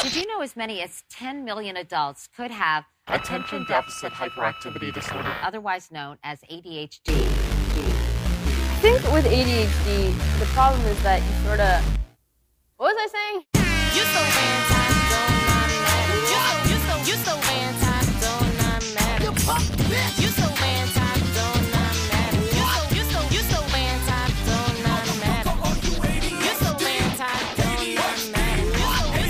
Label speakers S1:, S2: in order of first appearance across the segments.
S1: Did you know as many as 10 million adults could have
S2: Attention deficit hyperactivity disorder.
S1: otherwise known as ADHD?
S3: I think with ADHD, the problem is that you sort of. What was I saying?
S4: You so bad, time don't not matter. You so you so you so bad, time don't not matter. You so bad, time don't not matter. You so you so you so bad, time don't not matter. You so bad, time don't not matter. You so you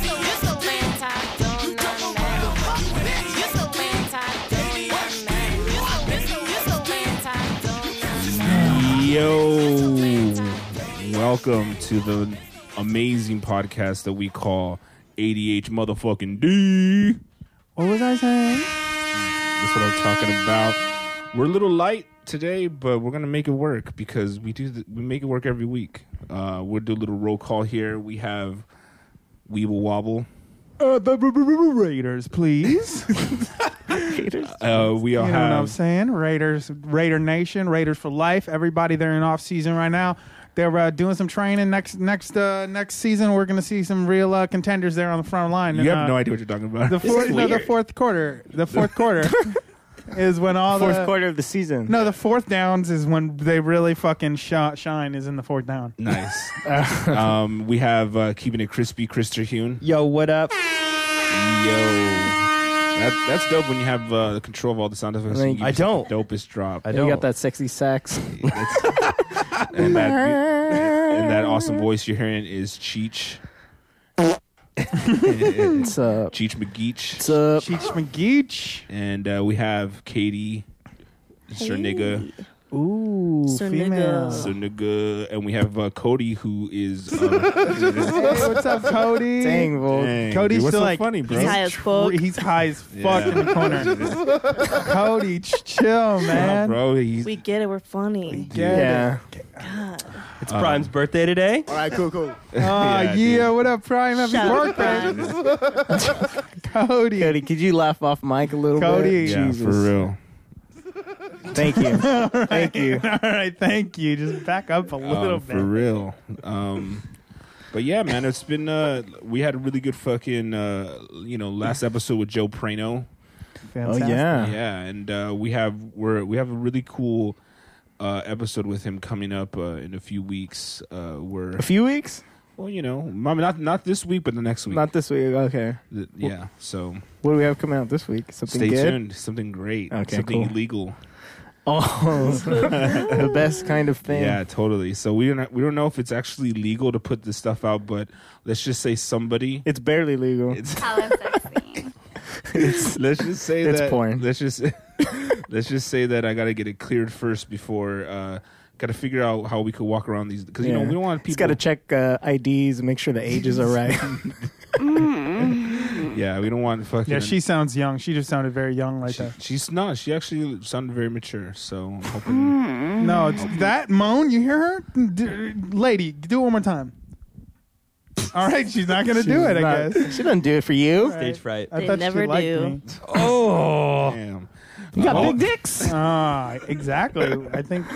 S4: so you so bad, time don't not matter. You so bad, time don't not matter. You so you so you so bad, time don't not matter.
S5: Yo, welcome to the amazing podcast that we call ADH motherfucking D. What was I saying? That's what I'm talking about. We're a little light today, but we're gonna make it work because we do th- we make it work every week. Uh, we'll do a little roll call here. We have Weeble Wobble.
S6: Uh, the r- r- r- Raiders, please. you
S5: Uh, we all
S6: know what I'm
S5: have
S6: saying? Raiders, Raider Nation, Raiders for life. Everybody, they're in off season right now. They're uh, doing some training next next uh, next season. We're going to see some real uh, contenders there on the front line.
S5: you
S6: And,
S5: have
S6: uh,
S5: no idea what you're talking about.
S6: The fourth, no, the
S7: weird.
S6: fourth quarter. The fourth quarter is when all
S7: fourth
S6: the
S7: quarter of the season.
S6: no, the fourth downs is when they really fucking sh- shine. Is in the fourth down.
S5: nice. um, we have uh, keeping it crispy, Krister Hune.
S7: Yo, what up?
S5: Yo, that, that's dope when you have uh, the control of all the sound effects.
S7: I mean,
S5: You
S7: I
S5: just have
S7: don't.
S5: The dopest drop.
S7: I
S8: You
S7: don't
S8: got that sexy sax.
S5: And that, and that awesome voice you're hearing is Cheech.
S8: What's up?
S5: Cheech McGeech.
S8: What's up?
S6: Cheech McGeech.
S5: And uh, we have Katie. It's your nigga.
S6: Ooh, female.
S5: It's your nigga. And we have uh, Cody, who is. Uh,
S6: Hey, what's up, Cody?
S7: Dang, well,
S5: dang,
S6: Cody's
S5: dude, what's
S6: still
S5: so
S6: like-
S5: funny, bro.
S3: He's high as fuck.
S6: Tr- He's high as fuck
S5: Yeah.
S6: in the corner. Cody, ch- chill,
S5: Yeah,
S6: man.
S5: bro, he's,
S9: We get it. We're funny.
S6: Get it.
S7: yeah.
S8: It's Prime's birthday today.
S7: All right, cool, cool.
S6: Oh, yeah.
S5: dude.
S6: What up, Prime? Happy
S9: Shout out
S6: birthday, Cody.
S7: Cody, could you laugh off Mike a little
S6: Cody.
S7: bit?
S5: yeah,
S7: Jesus.
S5: for real.
S7: Thank you. Thank you.
S6: All right, thank you. Just back up a little
S5: Um,
S6: bit.
S5: for real. Um, but yeah, man, it's been uh, we had a really good fucking uh, you know last episode with Joe Prano.
S7: Oh
S6: Fantastic.
S7: yeah.
S5: Yeah, and uh, we have we're we have a really cool uh, episode with him coming up uh, in a few weeks. Uh, we're
S7: A few weeks?
S5: well, you know, I mean, not not this week, but the next week.
S7: Not this week. Okay.
S5: Th- yeah, so
S7: What do we have coming out this week? Something
S5: stay
S7: good.
S5: tuned. Something great.
S7: Okay,
S5: something
S7: cool.
S5: illegal.
S7: Oh, the best kind of thing.
S5: Yeah, totally. So we don't we don't know if it's actually legal to put this stuff out, but let's just say somebody.
S7: It's barely legal.
S5: It's,
S3: Hello, sexy.
S5: let's just say
S7: It's
S5: that
S7: porn.
S5: Let's just let's just say that I got to get it cleared first before uh, got to figure out how we could walk around these because you know
S7: Yeah.
S5: we don't want
S7: He's
S5: people.
S7: got to check uh, IDs and make sure the ages are right.
S5: yeah, we don't want fucking.
S6: Yeah, she sounds young. She just sounded very young like
S5: she-
S6: that.
S5: she's not. She actually sounded very mature. So I'm hoping.
S7: Hmm.
S6: No, it's that moan. You hear her, D- lady? Do it one more time. All right, she's not gonna do it. I guess.
S7: She doesn't do it for you.
S8: Stage fright.
S6: I
S9: They
S6: thought
S9: never
S6: she liked
S9: do.
S6: me. Oh.
S5: Damn.
S7: You got
S5: Oh,
S7: big dicks.
S6: Ah, exactly. I think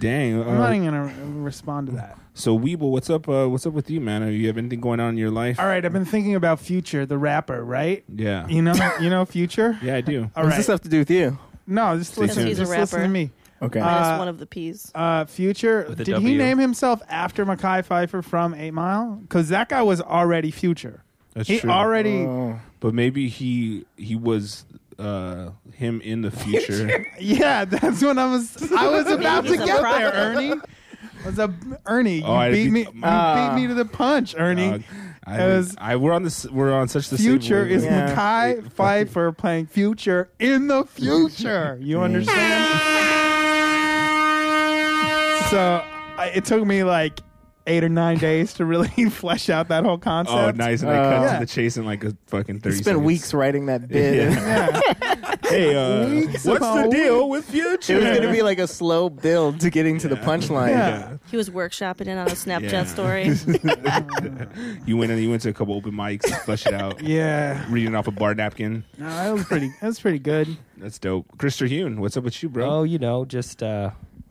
S5: dang.
S6: I'm not
S5: Uh,
S6: even gonna respond to that.
S5: so Weeble, what's up? Uh, what's up with you, man? Have you have anything going on in your life?
S6: All right, I've been thinking about Future, the rapper, right?
S5: Yeah.
S6: You know, you know Future.
S5: Yeah, I do.
S6: All
S7: What does
S6: right.
S7: this have to do with you?
S6: no, just
S5: Because
S6: listen.
S5: he's
S9: a
S6: Just listen to
S9: rapper.
S6: me.
S7: Okay.
S9: Minus
S6: Uh,
S9: one of the P's.
S6: Uh, Future.
S8: With a
S6: Did he
S8: W.
S6: name himself after Mackay Pfeiffer from Eight Mile? Because that guy was already Future.
S5: That's
S6: he
S5: true.
S6: already.
S7: Oh.
S5: But maybe he he was uh him in the future.
S6: Yeah, that's when I was. I was about to
S9: he's a
S6: get there,
S9: prophet.
S6: Ernie. I was a Ernie. You
S5: Oh, I
S6: beat
S5: beat-
S6: me. You
S7: Ah.
S6: beat me to the punch, Ernie.
S5: Dog. I,
S6: As-
S5: I we're on this we're on such the same
S6: Future is
S5: wavelength.
S7: Yeah.
S6: Mackay Pfeiffer playing Future in the future. You understand? so I, it took me like eight or nine days to really flesh out that whole concept.
S5: Oh, nice! And they cut
S7: Uh,
S5: to the chase in like a fucking
S7: He
S5: thirty.
S7: spent
S5: seconds.
S7: weeks writing that bit.
S5: Yeah. hey, uh, what's
S6: Weeks
S5: the
S6: upon
S5: deal with
S7: It
S5: future?
S7: was going to be like a slow build to getting to the punchline.
S6: Yeah.
S9: He was workshopping it on a Snapchat
S5: Yeah.
S9: story.
S5: you went and you went to a couple open mics, flesh it out,
S6: Yeah.
S5: reading off a bar napkin.
S6: No, that was pretty. That was pretty good.
S5: That's dope. Krister Hune, what's up with you, bro?
S8: Oh, you know, just uh,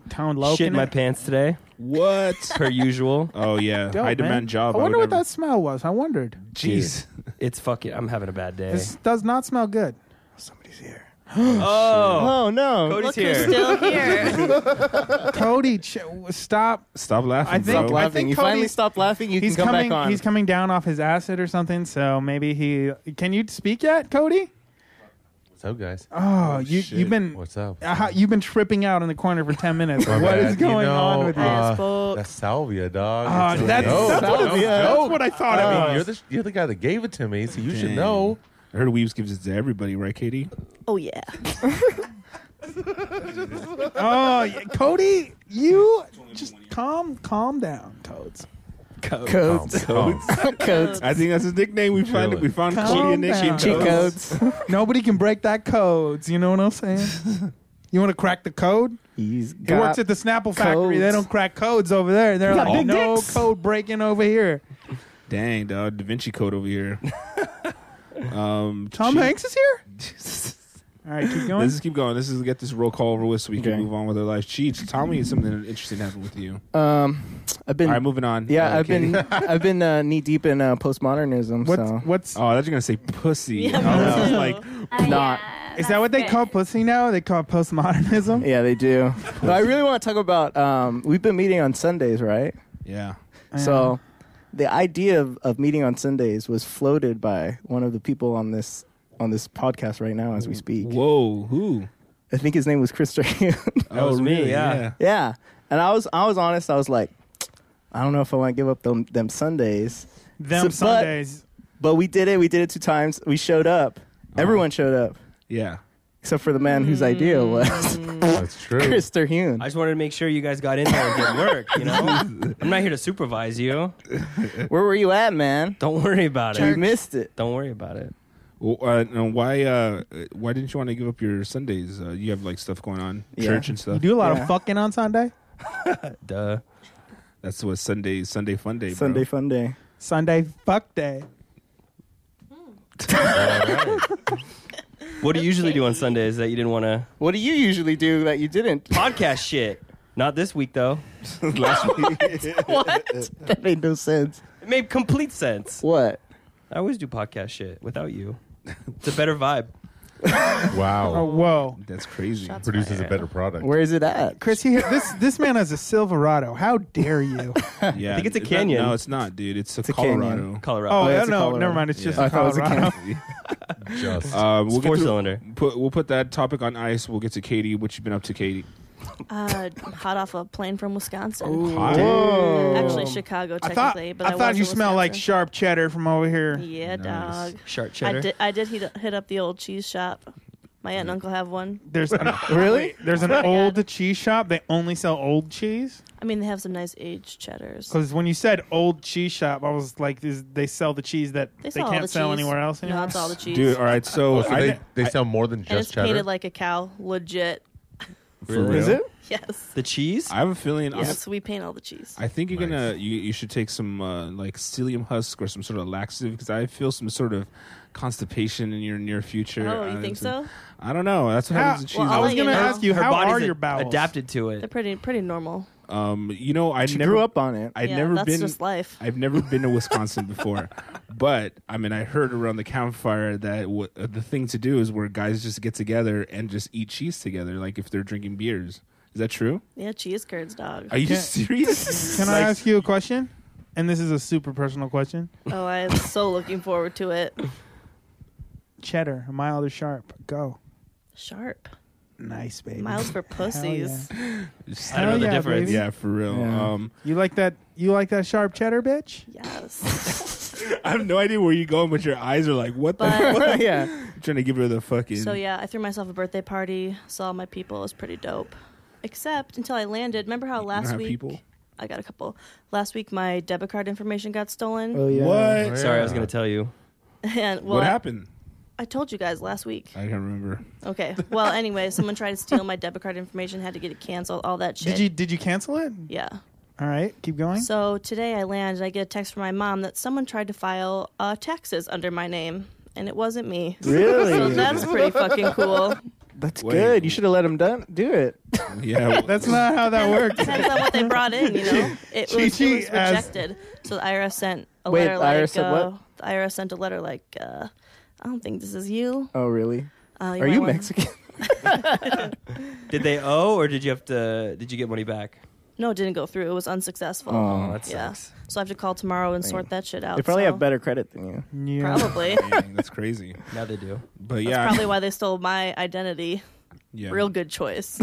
S6: Town low.
S8: shit in my pants today,
S5: What?
S8: per usual.
S5: Oh yeah,
S6: Dope,
S5: high
S6: man.
S5: demand job.
S6: I wonder
S5: would
S6: what
S5: never-
S6: that smell was. I wondered.
S5: Jeez,
S8: It's fucking. I'm having a bad day.
S6: This does not smell good.
S7: Somebody's here.
S8: oh,
S7: Oh no!
S8: Cody's
S9: Look
S8: here.
S9: who's still here.
S6: Cody, ch- stop.
S5: Stop laughing.
S6: I think-
S5: bro.
S7: Stop laughing. you finally
S6: Cody's-
S7: stop laughing. You
S6: He's
S7: can come
S6: coming.
S7: back on.
S6: He's coming down off his acid or something. So maybe he can you speak yet, Cody?
S10: What's up, guys?
S6: Oh, you
S5: shit.
S6: you've been
S10: What's up?
S6: uh, how- you've been tripping out in the corner for ten minutes.
S10: My
S6: what
S10: bad.
S6: is going
S10: You know,
S6: on with you?
S9: uh,
S10: Uh, that's salvia, dog.
S6: Oh,
S10: It's a
S6: that's
S10: dope.
S6: salvia.
S10: It's a dope.
S7: Yeah.
S5: That's what I thought.
S10: I
S5: it
S8: Uh,
S10: mean,
S5: was.
S10: you're the you're the guy that gave it to me, so you should
S5: Dang.
S10: know.
S5: I heard Weaves gives it to everybody, right, Katie?
S9: Oh yeah.
S6: oh, yeah, Cody, you just calm calm down, Toads.
S7: codes.
S5: Codes.
S7: codes.
S5: I think that's his nickname. We found it. We found
S6: Calm
S5: Cody a nickname.
S6: down.
S7: Cheat codes.
S6: Nobody can break that codes. You know what I'm saying? you want to crack the code?
S7: He's
S6: He works at the Snapple factory. They
S7: codes.
S6: don't crack codes over there. They're
S7: Got
S6: like
S7: big
S6: no
S7: dicks."
S6: code breaking over here.
S5: Dang, dog. Da Vinci Code over here. um,
S6: Tom
S5: shit.
S6: Hanks is here. All right, keep going.
S5: Let's just keep going. This is get this roll call over with so we can
S7: Okay.
S5: move on with our lives. Cheats. Tell me something interesting happened with you.
S7: Um, I've been.
S5: All right, moving on.
S7: yeah,
S5: Uh,
S7: I've
S5: Katie.
S7: been. I've been uh, knee deep in uh, postmodernism.
S6: What's
S7: so
S6: what's
S5: Oh, I thought you were gonna say pussy.
S9: Yeah,
S5: I was
S9: me
S5: just
S9: too.
S5: like,
S7: not.
S6: is that what they call pussy now? They call it postmodernism.
S7: Yeah, they do. but I really want to talk about. Um, we've been meeting on Sundays, right?
S5: yeah.
S7: So, the idea of, of meeting on Sundays was floated by one of the people on this on this podcast right now as we speak.
S5: Whoa, who? Oh,
S7: I think his name was Chris Terhune.
S8: That was me, yeah.
S7: yeah, and I was I was honest. I was like, I don't know if I want to give up them them Sundays.
S6: Them
S7: So- but-
S6: Sundays.
S7: But we did it. We did it two times. We showed up. Everyone showed up
S5: Yeah.
S7: except for the man whose idea was
S5: Mm.
S10: That's true.
S7: Chris Terhune.
S8: I just wanted to make sure you guys got in there and did work. You know, I'm not here to supervise you.
S7: Where were you at, man?
S8: Don't worry about
S7: You
S8: it.
S7: missed it.
S8: Don't worry about it.
S5: Well, uh, and why? Uh, why didn't you want to give up your Sundays? Uh, you have like stuff going on,
S7: Yeah.
S5: church and
S6: You
S5: stuff.
S6: do a lot
S7: Yeah.
S6: of fucking on Sunday.
S8: Duh.
S5: That's what Sunday, Sunday fun day. bro.
S7: Sunday fun day.
S6: Sunday fuck day.
S8: What do you usually do on Sundays that you didn't want to
S7: What do you usually do that you didn't?
S8: podcast shit? Not this week though.
S5: Last week.
S7: that made no sense.
S8: It made complete sense.
S7: What?
S8: I always do podcast shit without you. It's a better vibe.
S6: Oh
S10: Wow.
S6: whoa,
S5: That's crazy.
S10: Produces a better product.
S7: Where is it at?
S6: Chris, you hear, this this man has a Silverado. How dare you?
S5: Yeah, I
S8: think it's a canyon.
S5: No, it's not, dude. It's a
S7: a
S5: Colorado.
S8: Colorado.
S6: Oh,
S7: yeah,
S6: yeah,
S7: it's a
S6: no,
S7: Colorado.
S6: never mind. It's just
S5: Yeah.
S7: I thought it was a
S6: Colorado.
S10: Oh, Just
S5: Um, we'll,
S8: It's
S5: get
S8: four
S5: to-
S8: cylinder.
S5: put, we'll put that topic on ice. We'll get to Katie. What you been up to, Katie?
S9: Uh, hot off a plane from Wisconsin.
S5: Hot.
S9: Actually, Chicago
S6: I thought
S9: technically, but
S6: I
S9: I
S6: thought
S9: was
S6: you
S9: in
S6: smelled like
S9: Wisconsin.
S6: sharp cheddar from over here.
S9: Yeah,
S5: Nice.
S9: dog.
S8: Sharp
S9: I
S8: cheddar.
S9: did. I did hit, hit up the old cheese shop. My aunt and uncle have one.
S6: There's an,
S7: Really?
S6: there's an
S9: my
S6: old
S9: God.
S6: cheese shop. They only sell old cheese.
S9: I mean, they have some nice aged cheddars.
S6: Because when you said old cheese shop, I was like, is, they sell the cheese that they,
S9: They sell all
S6: can't
S9: the
S6: sell
S9: cheese.
S6: anywhere else.
S9: No,
S6: Anymore.
S9: it's all the cheese.
S5: Dude, all right. So,
S10: Oh, so
S5: I
S10: they,
S5: kn-
S10: they sell more than
S9: and it's
S10: just cheddar.
S9: painted like a cow. Legit.
S5: for
S7: Is
S5: real?
S7: it?
S9: Yes.
S8: the cheese?
S5: I have a feeling. I'm-
S9: Yes, we paint all the cheese.
S5: I think you're gonna you, you should take some uh, like psyllium husk or some sort of laxative because I feel some sort of constipation in your near future.
S9: Oh,
S5: I
S9: you
S5: don't
S9: think
S5: know.
S9: so?
S5: I don't know. That's what
S6: How-
S5: happens to cheese.
S9: well,
S6: I
S9: I'll
S6: was
S9: let
S6: going to
S9: you know.
S6: ask you,
S8: Her
S6: how
S8: body's
S6: are
S8: a-
S6: your bowels?
S8: adapted to it.
S9: They're pretty pretty normal.
S5: um, you know, I
S7: She
S5: never
S7: grew up on it.
S5: I've
S9: yeah,
S5: never
S9: that's
S5: been.
S9: just life.
S5: I've never been to Wisconsin before, but I mean, I heard around the campfire that w- uh, the thing to do is where guys just get together and just eat cheese together, like if they're drinking beers. Is that true?
S9: Yeah, cheese curds, dog.
S5: Are you
S6: Yeah.
S5: serious?
S6: Can I ask you a question? And this is a super personal question.
S9: oh, I am so looking forward to it.
S6: Cheddar, mild or sharp? Go.
S9: Sharp.
S6: Nice, baby.
S9: Miles for pussies.
S8: I don't know
S6: Hell
S8: the
S6: yeah,
S8: difference.
S6: baby.
S5: Yeah, for real.
S7: Yeah.
S5: Um,
S6: You like that? You like that sharp cheddar, bitch?
S9: Yes.
S5: I have no idea where you're going, but your eyes are like, what the?
S9: But
S7: yeah.
S5: I'm trying to give her the fucking.
S9: so yeah, I threw myself a birthday party, saw my people, it was pretty dope. Except until I landed. Remember how
S5: don't
S9: last
S5: have
S9: week
S5: people?
S9: I got a couple. Last week my debit card information got stolen.
S7: Oh yeah.
S5: What?
S8: Sorry, I was gonna tell you.
S9: And well
S5: Uh, what
S9: I-
S5: happened?
S9: I, told you guys last week.
S5: I can't remember.
S9: Okay. Well anyway, someone tried to steal my debit card information, had to get it canceled, all that shit.
S6: Did you did you cancel it?
S9: yeah.
S6: All right, keep going.
S9: So today I land and I get a text from my mom that someone tried to file uh, taxes under my name, and it wasn't me.
S7: Really?
S9: So that's pretty fucking cool.
S7: That's
S5: Wait.
S7: good. You should have let him done, do it.
S5: Yeah,
S6: That's not how that works.
S9: Depends on what they brought in, you know. It was,
S6: Chi-Chi
S9: it was
S6: asked-
S9: rejected. so the IRS sent a
S7: Wait,
S9: letter
S7: the
S9: like
S7: IRS said
S9: uh,
S7: what?
S9: the IRS sent a letter like uh, I don't think this is you.
S7: Oh, really?
S9: Uh,
S7: Are
S9: might
S7: you
S9: wanna-
S7: Mexican?
S8: Did they owe, or did you have to? Did you get money back?
S9: No, it didn't go through. It was unsuccessful.
S7: Oh,
S8: that
S9: yeah.
S8: sucks.
S9: So I have to call tomorrow and sort that shit out.
S7: They probably
S9: so-
S7: have better credit than you.
S6: Yeah.
S9: Probably.
S5: Dang, that's crazy.
S8: Now they do.
S5: But yeah,
S9: That's probably why they stole my identity.
S5: yeah,
S9: Real good choice.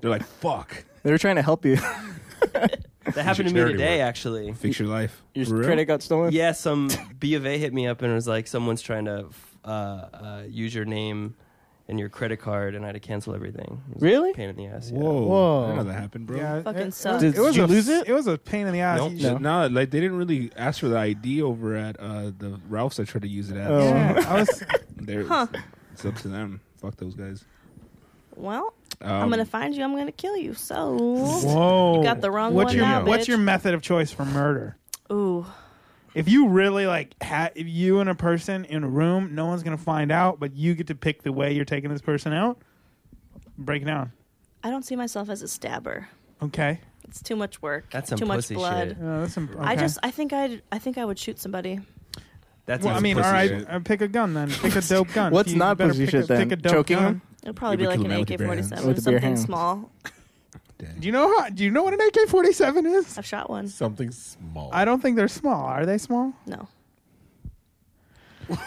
S5: They're like, fuck,
S7: They were trying to help you.
S8: That happened to me
S5: charity
S8: today,
S5: work.
S8: actually.
S5: fix your life.
S7: Your
S5: For real?
S7: credit got stolen.
S8: Yeah, some B of A hit me up and was like, someone's trying to uh, uh, use your name and your credit card, and I had to cancel everything. It was
S7: Really?
S8: a Pain in the ass. yeah.
S5: Whoa,
S7: Whoa.
S5: I didn't know that happened, bro.
S6: Yeah,
S9: Fucking
S6: it-
S9: sucks.
S7: Did-
S6: It was
S7: you
S6: a,
S7: lose it?
S6: It was a pain in the ass.
S8: Nope.
S6: You
S5: Shit,
S6: should-
S5: No, like they didn't really ask for the ID over at uh, the Ralphs I tried to use it at.
S7: Oh.
S6: Yeah, I was.
S5: There,
S9: Huh.
S5: it's up to them. Fuck those guys.
S9: well,
S5: Um,
S9: I'm gonna find you. I'm gonna kill you. So,
S6: Whoa!
S9: You got the wrong
S6: what's
S9: one
S6: Your,
S9: now,
S6: What's
S9: bitch.
S6: your method of choice for murder?
S9: ooh,
S6: If you really like, ha- if you and a person in a room, no one's gonna find out, but you get to pick the way you're taking this person out. Break it down.
S9: I don't see myself as a stabber.
S6: Okay.
S9: It's too much work.
S8: That's some
S9: too
S8: pussy
S9: much blood.
S8: shit.
S6: Uh, that's some, okay.
S9: I just, I think I, I think I would shoot somebody.
S8: That's
S6: Well, I
S8: some
S6: mean, all
S8: pussy
S6: right.
S8: shit.
S6: uh, Pick a gun then. Pick a dope gun.
S7: What's
S6: You
S7: not
S6: better
S7: pussy
S6: pick
S7: shit
S6: a,
S7: then?
S6: Pick a dope
S7: Choking
S6: gun.
S7: him?
S9: It'll probably
S5: You
S9: be
S5: would
S9: like
S5: kill
S9: an
S5: a man with
S9: AK
S5: your bare hands.
S9: forty-seven,
S7: With a bare
S9: something
S7: hand.
S9: small.
S6: Do you know how? Do you know what an AK-47 is?
S9: I've shot one.
S10: Something small.
S6: I don't think they're small. Are they small?
S9: No,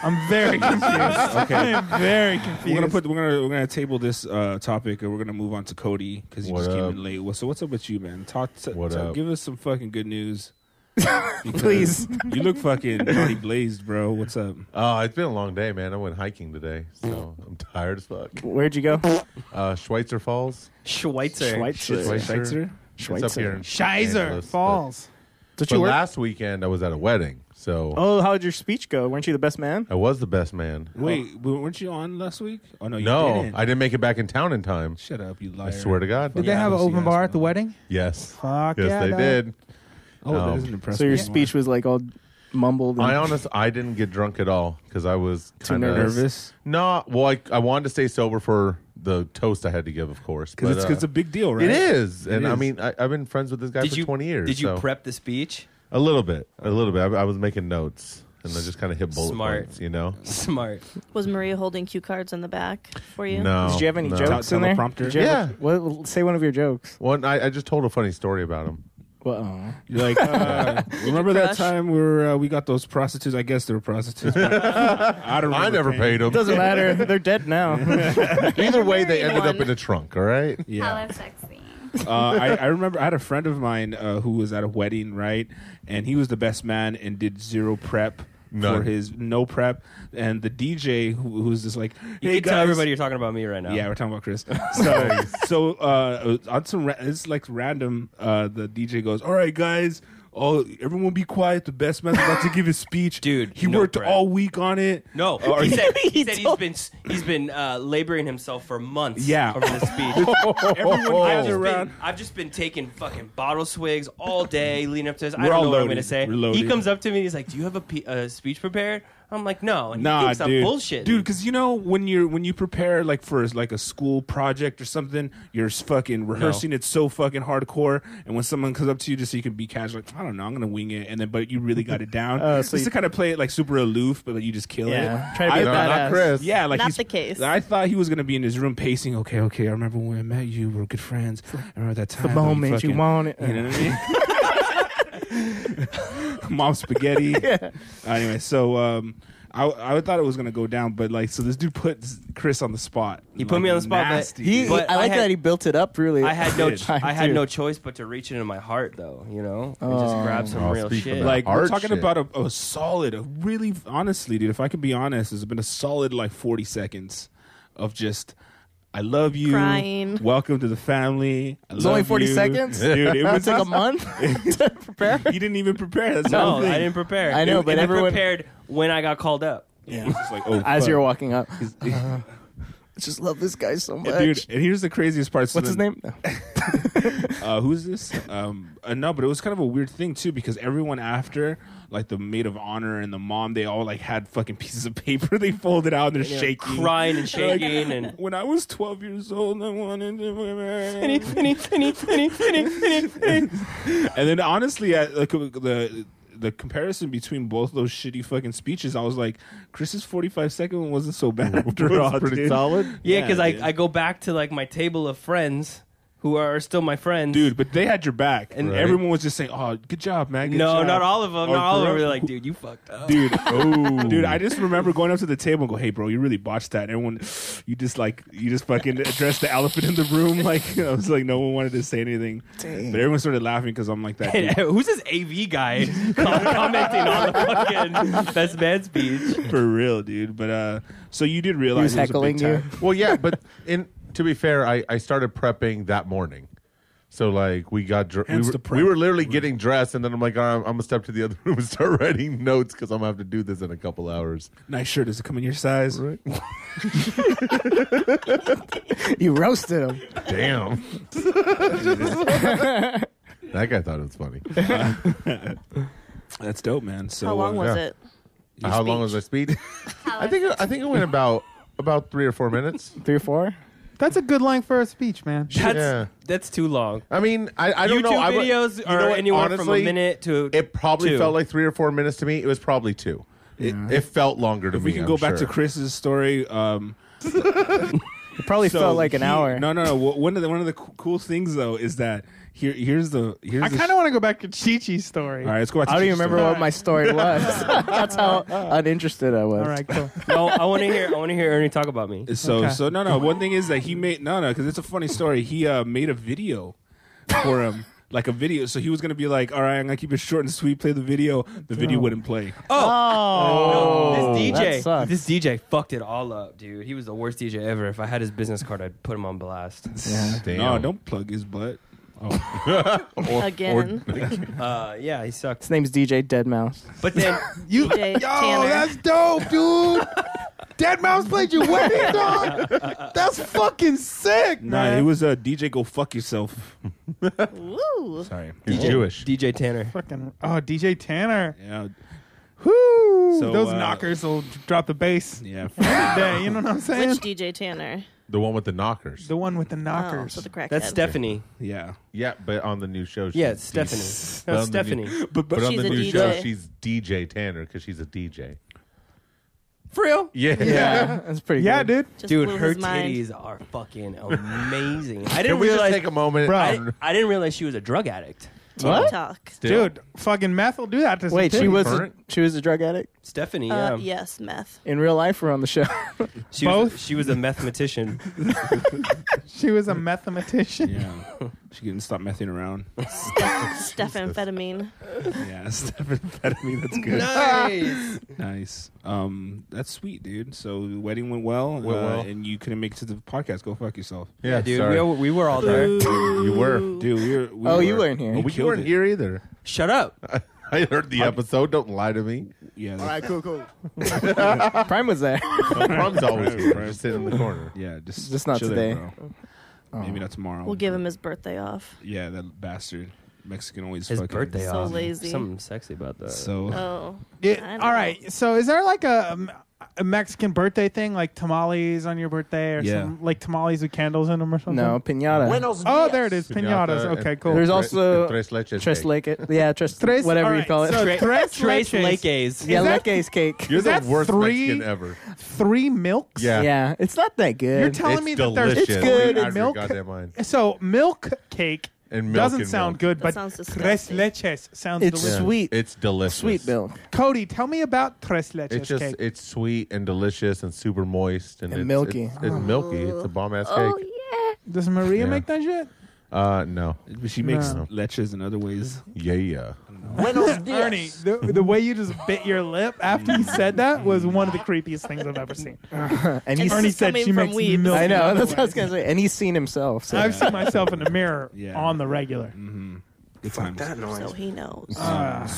S6: I'm very confused.
S5: Okay.
S6: I'm very confused.
S5: We're gonna put we're gonna we're gonna table this uh, topic and we're gonna move on to Cody because he
S10: What
S5: just came
S10: up?
S5: in late. Well, so what's up with you, man? Talk. To,
S10: What
S5: to-
S10: up?
S5: Give us some fucking good news, Because
S7: Please.
S5: You look fucking Johnny blazed, bro. What's up?
S10: Uh, it's been a long day, man. I went hiking today, so I'm tired as fuck.
S7: Where'd you go?
S10: Uh, Schweitzer Falls.
S8: Schweitzer.
S7: Schweitzer.
S5: Schweitzer?
S10: It's up here in Los
S6: Shizer
S10: Angeles, but-
S6: Falls.
S7: Did
S10: But
S7: you work?
S10: last weekend I was at a wedding, so
S7: oh, how'd your speech go? Weren't you the best man?
S10: I was the best man.
S5: Wait, w- weren't you on last week? Oh no, you
S10: no,
S5: didn't.
S10: I didn't make it back in town in time.
S5: Shut up, you liar!
S10: I swear to God.
S6: Did they have an
S5: pussy
S6: open
S5: ass
S6: bar at the
S5: mother.
S6: wedding?
S10: Yes.
S6: Fuck
S10: yes,
S6: yeah,
S10: they
S6: dog.
S10: did.
S5: Oh, that
S10: Um,
S5: doesn't impress
S7: So your
S5: me
S7: speech was like all mumbled. And
S10: I honest, I didn't get drunk at all because I was
S7: Too
S10: kinda-
S5: nervous
S10: No, well, I, I wanted to stay sober for the toast I had to give, of course.
S5: because
S10: but,
S5: it's,
S10: uh,
S5: 'cause it's a big deal, right?
S10: It is, and I
S5: is.
S10: mean, I, I've been friends with this guy
S8: Did
S10: for
S8: you
S10: 20 years.
S8: Did you
S10: so-
S8: prep the speech?
S10: A little bit, a little bit. I, I was making notes, and I just kind of hit bullet
S8: Smart.
S10: points, you know.
S8: Smart.
S9: was Maria holding cue cards in the back for you?
S10: No,
S7: Did you have any
S10: no.
S7: jokes
S5: Tele-
S7: in there?
S5: teleprompter?
S7: Did you have a- what, say one of your jokes.
S10: One, I, I just told a funny story about him.
S7: Well,
S5: You're like, uh, remember that
S9: crush?
S5: time we were, uh, we got those prostitutes? I guess they were prostitutes. but I don't. Remember
S10: I never
S5: paying.
S10: paid him.
S7: it doesn't matter. They're dead now.
S10: Either way, they
S9: Married
S10: ended up
S9: one.
S10: in a trunk. All right.
S5: Yeah.
S11: sexy.
S5: uh, I, I remember I had a friend of mine uh, who was at a wedding, right? And he was the best man and did zero prep
S10: None.
S5: for his no prep. And the DJ who, who's just like,
S8: You
S5: hey
S8: can tell
S5: guys."
S8: everybody you're talking about me right now.
S5: Yeah, we're talking about Chris. So, so uh, on some, ra- it's like random. Uh, the DJ goes, "All right, guys, all everyone be quiet. The best man's about to give his speech,
S8: Dude,
S5: He
S8: no
S5: worked
S8: prep.
S5: all week on it.
S8: No,
S5: Or-
S8: Oh, he said, he said he's been he's been uh, laboring himself for months.
S5: Yeah.
S8: over this speech.
S5: everyone
S8: I've
S5: gathered
S8: just,
S5: around.
S8: been, I've just been taking fucking bottle swigs all day leading up to this. I
S5: We're
S8: don't
S5: all
S8: know what I'm
S5: loaded.
S8: gonna say.
S5: We're loaded.
S8: He comes up to me and he's like, "Do you have a pe- a speech prepared?" I'm like, "No." And he
S5: Nah,
S8: thinks
S5: dude,
S8: I'm bullshit,
S5: dude. Because you know when you're when you prepare like for like a school project or something, you're s- fucking rehearsing it so fucking hardcore. And when someone comes up to you just so you can be casual, like I don't know, I'm gonna wing it, and then but you really got it down.
S7: Oh, so
S5: just
S7: you-
S5: to kind of play it like super aloof, but like, you just kill
S7: Yeah.
S5: it.
S7: Try to be
S5: I-
S7: a
S10: No, not
S7: Badass.
S10: Chris.
S5: Yeah, like
S9: Not
S5: he's-
S9: the case.
S5: I thought he was gonna be in his room pacing. Okay, okay. I remember when I met you. We were good friends. I remember that time.
S7: the
S5: when we
S7: moment you
S5: fucking-
S7: want it. Uh,
S5: You know what I mean? Mom spaghetti. Anyway, so um, I I thought it was gonna go down, but like, so this dude puts Chris on the spot.
S8: He put me on the spot, but
S5: nasty.
S7: He,
S8: But
S7: I
S8: I
S7: like
S8: had-
S7: that he built it up. Really,
S8: I had no
S5: Dude,
S8: I had
S7: do.
S8: no choice but to reach into my heart though, you know, and just
S7: Oh.
S8: grab some
S10: I'll
S8: real
S10: speak for
S8: shit.
S10: that.
S5: like we're
S10: Hard
S5: talking
S10: shit.
S5: about a, a solid, a really honestly, dude. If I can be honest, it's been a solid like forty seconds of just. I love you.
S9: Crying.
S5: Welcome to the family. I
S7: It's only
S5: love
S7: 40
S5: you."
S7: seconds?
S5: dude. It was
S7: It's like a month to prepare.
S5: You didn't even prepare. That's
S8: no,
S5: the thing.
S8: I didn't prepare.
S7: I know,
S8: And-
S7: but
S8: and I
S7: everyone-
S8: prepared when I got called up.
S5: Yeah. It's just like, oh,
S7: As
S5: fuck.
S7: you're walking up, just love this guy so much.
S5: Dude, and here's the craziest part. So
S7: What's his
S5: then-
S7: name? No.
S5: uh, who's this? Um, uh, no, but it was kind of a weird thing too because everyone after, like the maid of honor and the mom, they all like had fucking pieces of paper they folded out and they're shaking,
S8: crying and
S5: They're like,
S8: shaking and
S5: When I was twelve years old, I wanted to be married."
S8: penny, penny, penny, penny, penny, penny.
S5: And then honestly, I, like uh, the the comparison between both those shitty fucking speeches, I was like, Chris's forty five second one wasn't so bad
S10: It's
S5: after all.
S10: pretty
S5: dude.
S10: solid.
S8: Yeah, because
S5: dude.
S8: I, I go back to like my table of friends who are still my friends.
S5: dude. But they had your back, and
S10: Right.
S5: everyone was just saying, "Oh, good job, man." Good
S8: no,
S5: job."
S8: not all of them.
S5: Or
S7: Oh,
S8: Not all of them
S5: bro-
S8: were like, dude, you fucked up.
S5: dude. dude. I just remember going up to the table and go, "Hey, bro, you really botched that." And everyone, you just like, you just fucking addressed the elephant in the room. Like, I was like, no one wanted to say anything,
S7: Dang.
S5: but everyone started laughing because I'm like that.
S8: Hey,
S5: Dude.
S8: Who's this AV guy com- commenting on the fucking best man speech?
S5: For real, dude. But uh, so you did
S7: He was
S5: realize it was a
S7: heckling
S5: big
S7: you.
S5: time.
S10: Well, yeah, but in to be fair, I, I started prepping that morning. So like we got dr- we,
S5: Hence
S10: were,
S5: the prep.
S10: we were literally getting dressed, and then I'm like, "All right, I'm, gonna step to the other room and start writing notes because I'm gonna have to do this in a couple hours.
S5: Nice shirt. Does it come in your size?
S7: You roasted him.
S10: Damn, that guy thought it was funny.
S5: That's dope, man. So
S9: How long
S5: uh,
S9: was
S10: yeah.
S9: it?
S10: How long was my speech? I think it- I think it went about about three or four minutes.
S7: Three or four?
S6: That's a good length for a speech, man.
S8: That's
S10: Yeah.
S8: that's too long.
S10: I mean, I, I don't
S8: YouTube
S10: know. I would-
S8: videos
S10: you know
S8: are
S10: what?
S8: anywhere from a
S10: Honestly,
S8: minute to
S10: It probably
S8: two.
S10: felt like three or four minutes to me. It was probably two. It, it felt longer to
S5: If
S10: me.
S5: we can
S10: I'm
S5: go back to
S10: sure.
S5: Chris's story. Um,
S7: It probably
S5: so
S7: felt like an
S5: he-
S7: hour.
S5: No, no, no. Wh- One of the one of the coo- cool things though is that here here's the here's.
S6: I
S5: the
S6: kind of want to go back to Chi Chi's story.
S5: All right, let's go back. To
S7: I don't even
S5: Chris's
S7: remember
S5: story.
S7: what my story was. That's how uninterested I was.
S6: All right, cool.
S8: No, I want to hear. I want to hear Ernie talk about me.
S5: So
S6: Okay.
S5: so no no one thing is that he made no no because it's a funny story. He uh, made a video for him like a video. So he was gonna be like, all right, I'm gonna keep it short and sweet. Play the video. The video wouldn't play.
S8: Oh, this
S7: that
S8: DJ,
S7: sucks.
S8: this DJ fucked it all up, dude. He was the worst DJ ever. If I had his business card, I'd put him on blast.
S7: Yeah.
S10: Damn.
S5: No, don't plug his butt.
S9: Again.
S8: Uh, yeah, he sucked.
S7: His name's DJ Dead Mouse.
S8: But then,
S6: You,
S9: DJ
S6: yo,
S9: Tanner.
S6: that's dope, dude. Dead Mouse played your wedding, dog. That's fucking sick,
S5: Nah,
S6: man.
S5: he was a DJ. Go fuck yourself.
S9: Woo.
S5: Sorry.
S10: He's Jewish.
S8: DJ Tanner.
S6: fucking oh DJ Tanner.
S5: Yeah,
S6: Whoo!
S5: So,
S6: Those
S5: uh,
S6: knockers will drop the bass.
S5: yeah.
S6: Day, you know what I'm saying?
S9: Which DJ Tanner?
S10: The one with the knockers.
S6: the one with the
S9: Oh,
S6: knockers.
S9: so the crackhead.
S8: That's Stephanie.
S5: Yeah.
S10: yeah, but on the new show, she's
S8: Yeah, it's
S10: D-
S8: Stephanie.
S10: But
S8: No,
S10: on the
S8: Stephanie.
S10: new- but, on
S9: She's
S10: the
S9: a
S10: new
S9: DJ.
S10: show, she's DJ Tanner because she's a DJ.
S8: For real?
S10: Yeah.
S7: Yeah, that's pretty.
S6: yeah,
S7: good.
S6: dude.
S9: Just
S8: Dude,
S9: blew
S8: her
S9: his mind.
S8: titties are fucking amazing. I
S10: Can
S8: didn't
S10: we
S8: realize.
S10: just take a moment?
S6: Bro.
S8: I,
S10: and-
S8: I didn't realize she was a drug addict.
S7: What?
S9: Talk.
S10: Still.
S6: Dude, fucking meth will do that to some
S7: Wait, she
S6: titties.
S7: was a,
S10: burnt?
S7: she was a drug addict
S8: Stephanie, yeah,
S9: Uh, yes, meth.
S7: in real life or on the show?
S8: she
S6: Both?
S8: Was, she was a mathematician.
S6: she was a mathematician.
S5: Yeah. She couldn't stop messing around.
S9: Stephamphetamine.
S5: Yeah, stephamphetamine. That's good.
S8: nice.
S5: Nice. Um, that's sweet, dude. So the wedding went well,
S10: Went
S5: uh,
S10: well.
S5: and you couldn't make it to the podcast. Go fuck yourself,
S10: Yeah,
S8: Dude,
S10: sorry.
S8: we, all- we were all there.
S10: you were.
S5: dude. We were. We
S7: Oh,
S5: were,
S7: you weren't here.
S5: We
S10: But you
S5: killed
S10: weren't
S5: it.
S10: here either.
S8: Shut up.
S10: I heard the episode. Don't lie to me.
S5: Yeah.
S7: All
S5: that-
S7: right, cool, cool. Prime was there.
S10: Prom's always
S5: Right,
S10: here.
S5: right.
S10: Just sit in the corner.
S5: Yeah. Just
S7: Just not
S5: chill
S7: today.
S5: There, bro. Maybe not tomorrow.
S9: We'll give him his birthday off.
S5: Yeah, that bastard Mexican always
S8: His
S5: fucking
S8: birthday
S9: So
S8: off.
S9: lazy.
S8: Something sexy about that.
S5: So
S9: Oh. I
S6: Yeah.
S9: know.
S6: All right. So is there like a, um, a Mexican birthday thing, like tamales on your birthday, or
S5: Yeah.
S6: some like tamales with candles in them or something?
S7: No, pinata.
S6: Oh, there it is. Pinatas.
S10: Piñata
S6: Okay,
S10: and-
S6: cool.
S7: There's
S10: Tre-
S7: also-
S10: and tres leches.
S7: Tres
S10: cake.
S7: Lake. Yeah, Tres.
S6: Tres-
S7: whatever
S6: all
S7: you
S6: right,
S7: call it.
S6: so tres,
S8: Trace
S6: leches.
S8: Lakes.
S7: yeah,
S6: is that-
S7: Leke's cake.
S10: You're
S6: Is
S10: the
S6: that
S10: worst
S6: three-
S10: Mexican ever.
S6: Three milks.
S10: Yeah.
S7: Yeah, it's not that good.
S6: You're telling
S10: It's
S6: me that
S10: delicious.
S6: there's
S7: It's good.
S10: Out of your
S6: milk.
S10: goddamn mind.
S6: So milk cake
S10: And milk
S6: doesn't
S10: and
S6: sound
S10: milk.
S6: good,
S9: That
S6: but
S9: sounds
S6: tres
S9: disgusting.
S6: leches sounds
S7: It's
S6: delicious.
S7: sweet.
S10: It's delicious.
S7: Sweet milk
S6: Cody, tell me about tres leches
S10: It's just
S6: cake.
S10: it's sweet and delicious and super moist and,
S7: And
S10: it's,
S7: milky. Oh,
S10: It's, it's milky. It's a bomb ass cake.
S6: Does Maria
S10: Yeah.
S6: make that shit?
S10: Uh no.
S5: she makes
S8: Oh.
S6: No.
S5: leches in other ways.
S10: Yeah yeah.
S6: Ernie, the, the way you just bit your lip after you said that was one of the creepiest things I've ever seen.
S7: and he's.
S9: Ernie-
S6: Ernie
S9: is
S6: said
S9: coming
S6: she
S9: from
S6: makes
S9: Weebs.
S6: milk.
S7: I know. That's what I was gonna say. And he's seen himself. So.
S6: I've seen myself in the mirror
S5: Yeah.
S6: on the regular.
S5: Good times. Um,
S9: So he knows.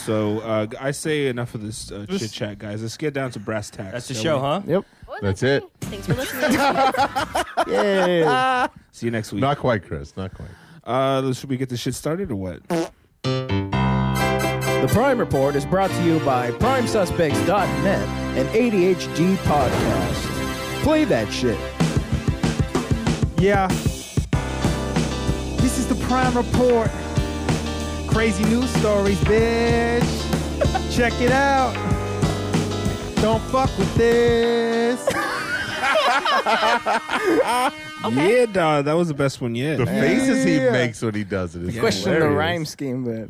S5: So uh, I say enough of this uh, chit chat, guys. Let's get down to brass tacks.
S8: That's the show,
S5: shall we?
S8: huh?
S7: Yep.
S3: What was
S10: That's it.
S9: Thanks for listening.
S7: Yay.
S5: See you next week.
S10: Not quite, Chris. Not quite.
S5: Uh, should we get this shit started or what?
S7: the Prime Report is brought to you by PrimeSuspects.net and ADHD Podcast. Play that shit.
S6: Yeah. This is the Prime Report. Crazy news stories, bitch. Check it out. Don't fuck with this.
S5: Yeah, dog. That was the best one yet.
S10: The faces he
S6: Yeah.
S10: makes when he does it is
S7: Question the
S10: hilarious.
S7: rhyme scheme, but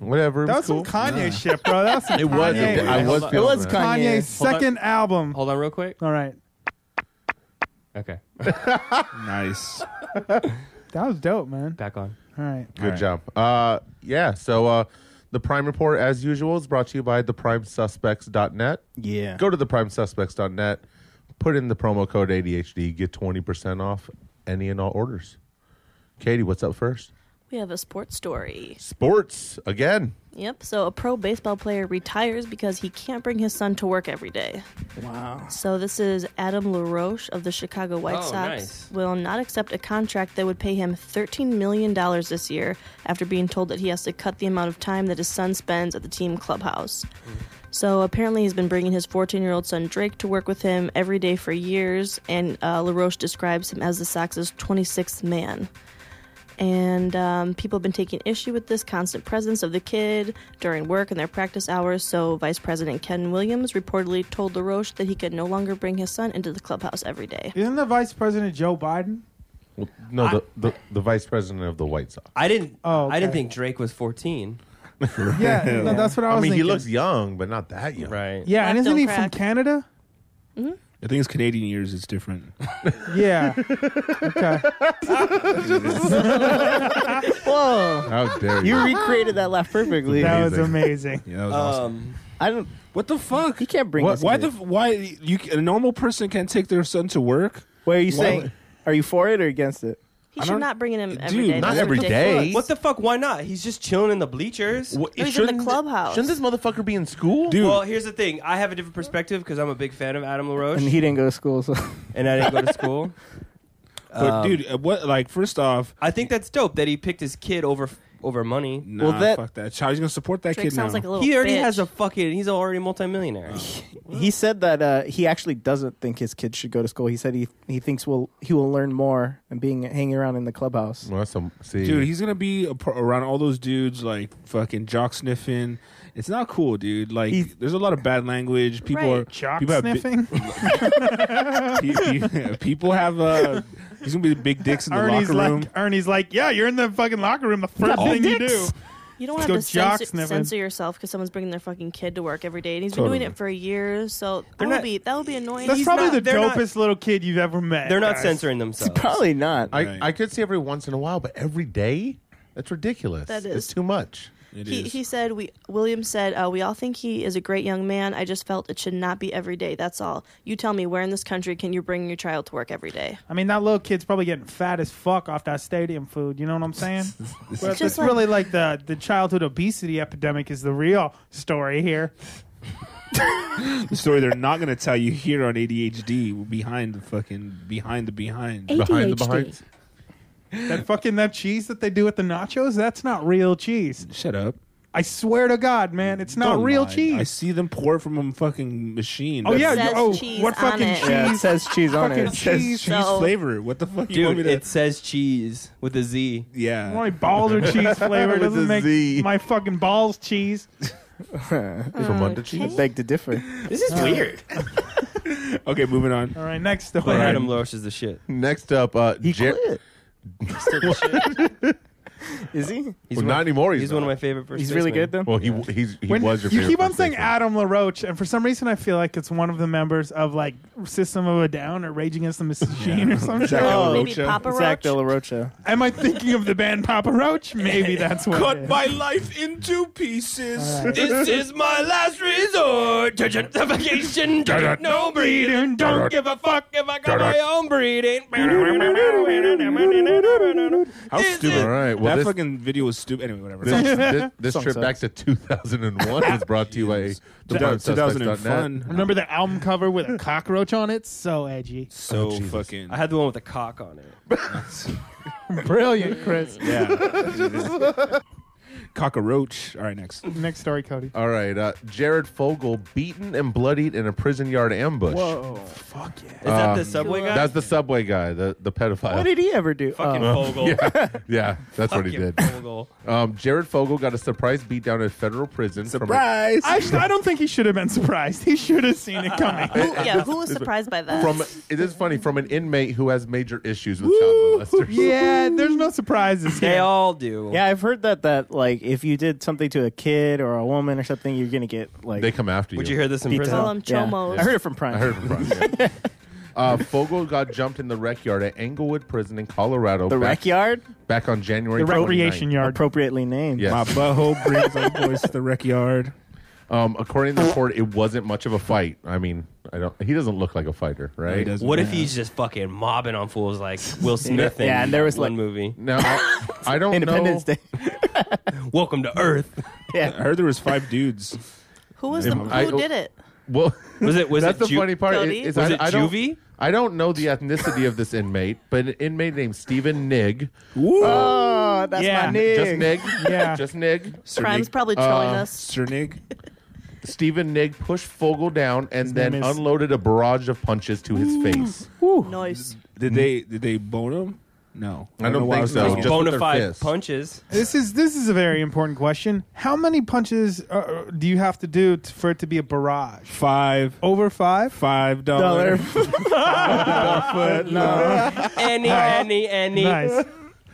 S10: Whatever.
S6: That
S10: it
S6: was
S10: cool.
S6: some Kanye shit, bro. That was some
S8: It was.
S6: Kanye.
S10: I was
S8: Hold on.
S7: it
S10: feeling
S7: was
S10: that.
S7: Kanye.
S6: Kanye's second album.
S8: Hold on, real quick.
S6: All right.
S8: Okay,
S5: nice.
S6: That was dope, man.
S8: back on.
S6: All right.
S10: Good job. Uh, yeah. So uh, the Prime Report, as usual, is brought to you by theprimesuspects.net.
S7: Yeah.
S10: Go to theprimesuspects.net, put in the promo code ADHD, get 20% off any and all orders. Katie, what's up first?
S9: we have a sports story.
S10: Sports again.
S9: Yep. So a pro baseball player retires because he can't bring his son to work every day.
S7: Wow.
S9: So this is Adam LaRoche of the Chicago White
S8: Oh,
S9: Sox
S8: nice.
S9: will not accept a contract that would pay him $13 million this year after being told that he has to cut the amount of time that his son spends at the team clubhouse. So apparently he's been bringing his 14-year-old son Drake to work with him every day for years, and uh, LaRoche describes him as the Sox's 26th man and um, people have been taking issue with this constant presence of the kid during work and their practice hours. So, Vice President Ken Williams reportedly told LaRoche that he could no longer bring his son into the clubhouse every day.
S6: Isn't the Vice President Joe Biden?
S10: Well, no, the, the, the vice president of the White Sox.
S8: I didn't.
S6: Oh, okay.
S8: I didn't think Drake was 14.
S6: Yeah, no, that's what I
S10: I
S6: was
S10: mean, he
S6: thinking.
S10: looks young, but not that young.
S8: Right.
S6: Yeah, and
S9: Left
S6: isn't
S9: on
S6: he from
S9: crack.
S6: Canada?
S5: I think it's Canadian years. It's different.
S6: Yeah. okay.
S7: Whoa.
S10: How dare you?
S7: You recreated that laugh perfectly.
S6: That was
S10: Amazing.
S6: amazing.
S5: Yeah, that was awesome.
S8: Um.
S7: I don't.
S8: What the fuck?
S7: He can't bring.
S5: Why-
S7: his
S5: why
S7: kid.
S5: the f- why you a normal person can't take their son to work?
S7: Wait, are you
S5: why
S7: saying?
S5: would-
S7: Are you for it or against it?
S9: He should
S5: don't-
S9: not bring him every day.
S5: Dude,
S10: not
S9: That's
S10: every day.
S9: ridiculous.
S8: What the fuck? Why not? He's just chilling in the bleachers.
S10: What-
S9: He's in the
S10: shouldn't th-
S9: clubhouse.
S10: Shouldn't this motherfucker be in school?
S5: Dude,
S8: Well, here's the thing. I have a different perspective because I'm a big fan of Adam LaRoche,
S7: And
S8: and,
S7: he didn't go to school, so
S8: I didn't go to school.
S5: but
S8: Um,
S5: dude, uh, what? Like, first off,
S8: I think that's dope that he picked his kid over over money.
S5: nah,
S7: Well, that-
S5: fuck that child. He's gonna support that
S9: Drake
S5: kid now.
S9: sounds like a little
S8: He already
S9: bitch.
S8: has a fucking. He's already a multimillionaire.
S7: he said that uh, he actually doesn't think his kids should go to school. He said he he thinks will he will learn more and being hanging around in the clubhouse.
S10: Well, that's some, see,
S5: dude, he's gonna be a, par- around all those dudes like fucking jock sniffing. It's not cool, dude. Like,
S7: He's-
S5: there's a lot of bad language. People
S9: Right.
S5: are
S6: Jock
S5: people have bi-
S6: sniffing?
S5: pe- pe- people have uh, he's gonna be the big dicks in the
S6: Ernie's
S5: locker room.
S6: like, Ernie's like, yeah, you're in the fucking locker room. The first thing you do.
S9: You don't
S6: Let's
S9: have
S6: go
S9: to
S6: jock
S9: censor,
S6: sniffing.
S9: censor yourself because someone's bringing their fucking kid to work every day, and he's been doing
S5: Totally.
S9: it for years. So that
S8: They're
S9: would
S8: not-
S9: be that would be annoying.
S6: That's
S8: He's
S6: probably
S8: not-
S6: the
S8: they're not-
S6: dopest little kid you've ever met.
S8: They're not
S6: guys.
S8: censoring themselves.
S7: Probably not.
S10: I,
S5: Right.
S10: I could see every once in a while, but every day? That's ridiculous.
S9: That
S10: It's
S9: is.
S10: too much.
S5: It
S9: He,
S5: is.
S9: he said, "We Williams said, uh, we all think he is a great young man. I just felt it should not be every day. That's all. You tell me, where in this country can you bring your child to work every day?
S6: I mean, that little kid's probably getting fat as fuck off that stadium food. You know what I'm saying? But it's
S9: just like-
S6: really like the, the childhood obesity epidemic is the real story here.
S5: the story they're not gonna tell you here on ADHD behind the fucking behind the behind.
S10: Behind the behind.
S6: That fucking that cheese that they do with the nachos, that's not real cheese.
S5: Shut up.
S6: I swear to God, man, it's not
S5: Don't
S6: real
S5: lie. I
S6: cheese.
S5: see them pour from a fucking machine.
S6: Oh
S5: That's
S6: yeah,
S9: It says
S6: oh,
S9: cheese
S6: what
S9: on
S6: fucking
S9: it.
S6: cheese?
S7: Yeah, it says cheese on
S6: Fucking
S7: it. It says
S6: cheese.
S5: cheese
S9: So-
S5: flavor. What the fuck you want me
S8: Dude,
S5: to?
S8: it says cheese with a Z.
S5: yeah.
S6: My balls are cheese flavored.
S10: With a
S6: Doesn't make
S10: Z.
S6: my fucking balls cheese.
S10: From under cheese?
S7: Beg to differ.
S8: This is weird.
S5: Okay, moving on.
S6: All right, next story.
S8: But Adam LaRoche is the shit.
S10: Next up, uh,
S7: He
S10: Jer-
S7: quit.
S8: Still the shit.
S7: Is he?
S8: He's
S10: Well,
S8: one-
S10: not anymore.
S8: He's,
S10: He's,
S8: one of
S10: not.
S8: my favorite. First
S7: He's really good
S8: basemen.
S7: though.
S10: Well, he he's, he
S6: When-
S10: was your.
S6: you
S10: favorite
S6: keep on
S10: first
S6: saying
S10: baseman.
S6: Adam LaRoche, and for some reason I feel like it's one of the members of like System of a Down or Rage Against the Machine or something.
S5: Zach
S7: Oh,
S5: De La
S9: Maybe
S5: Rocha.
S9: Papa
S7: Zach De
S9: Roach.
S7: La Rocha.
S6: Am I thinking of the band Papa Roach? Maybe that's what. it
S5: Cut
S6: is.
S5: my life into pieces.
S8: This is my last resort. to Gentrification. Don't- No breeding. Don't give a fuck if I got my own breeding.
S10: How
S8: This
S10: stupid!
S8: is-
S10: All right. Well,
S5: that
S10: this,
S5: fucking fucking video was stupid. Anyway, whatever.
S10: This, this, this
S7: Song
S10: trip back
S7: sucks.
S10: to 2001 is brought to you by the
S5: That- 2000 and fun.
S6: Remember the album cover with a cockroach on it? So edgy.
S5: So
S10: Jesus.
S5: fucking.
S8: I had the one with the cock on it.
S6: Brilliant, Chris.
S5: Yeah. Cockroach. All right, next.
S6: Next story, Cody.
S10: All right, uh, Jared Fogle beaten and bloodied in a prison yard ambush.
S6: Whoa.
S8: Is that the subway guy?
S10: Um, That's the subway guy, the the pedophile.
S7: What did he ever do?
S8: fucking
S7: Oh.
S8: Vogel.
S10: yeah, that's what he
S8: Fucking
S10: did.
S8: Vogel.
S10: Um, Jared Fogle got a surprise beatdown at federal prison. from a-
S5: Surprise.
S6: I, I don't think he should have been surprised. He should have seen it coming.
S9: Who, yeah, who was surprised by that?
S10: From, it is funny from an inmate who has major issues with child molesters.
S6: yeah, there's no surprises
S8: They
S6: here.
S8: all do.
S7: Yeah, I've heard that that like if you did something to a kid or a woman or something, you're gonna get like
S10: They come after you.
S8: Would you hear this in
S7: beat
S8: prison?
S9: Tell
S7: up.
S9: them
S7: Yeah.
S9: chomos.
S7: I heard it from Prime.
S10: I heard from Brian, yeah. Uh, Fogle got jumped in the rec yard at Englewood Prison in Colorado.
S7: the
S10: back,
S7: rec yard,
S10: Back on January
S6: the recreation
S10: 29th.
S6: yard.
S7: appropriately named.
S10: Yes.
S5: My butthole brings my voice to the rec yard.
S10: Um, according to the report, it wasn't much of a fight. I mean, I don't. He doesn't look like a fighter, right?
S5: he doesn't.
S8: What if he's just fucking mobbing on fools like Will Smith?
S7: Yeah,
S8: in
S7: and there was,
S8: one
S7: like-
S8: movie.
S10: Now, I, I don't
S7: Independence
S10: know.
S7: Day.
S8: Welcome to Earth.
S5: I heard there was five dudes.
S9: who was the, who
S10: I-
S9: did it?
S10: Well,
S8: Was it- was
S10: that's
S8: it
S10: the
S8: ju-
S10: funny part.
S9: Cody?
S10: is
S8: Was
S10: I,
S8: it
S10: I don't,
S8: juvie?
S10: I don't know the ethnicity of this inmate, but an inmate named Stephen Nig.
S7: Oh, that's
S6: Yeah.
S7: my nig.
S10: Just Nig.
S6: Yeah.
S10: Just Nig.
S9: Crime's probably trolling us.
S5: Cernig.
S10: Stephen Nig pushed Fogel down and then
S6: name is-
S10: unloaded a barrage of punches to his face.
S9: Nice.
S5: Did they did they bone him? No.
S10: I don't
S5: why
S10: think
S5: was
S10: so.
S5: thinking.
S10: Just with
S8: Bona
S10: their
S8: fide
S10: fist.
S8: punches.
S6: This is this is a very important question. How many punches uh, do you have to do t- for it to be a barrage?
S5: five
S6: Over five.
S5: five dollar.
S6: But no.
S8: Any, any, any.
S6: nice,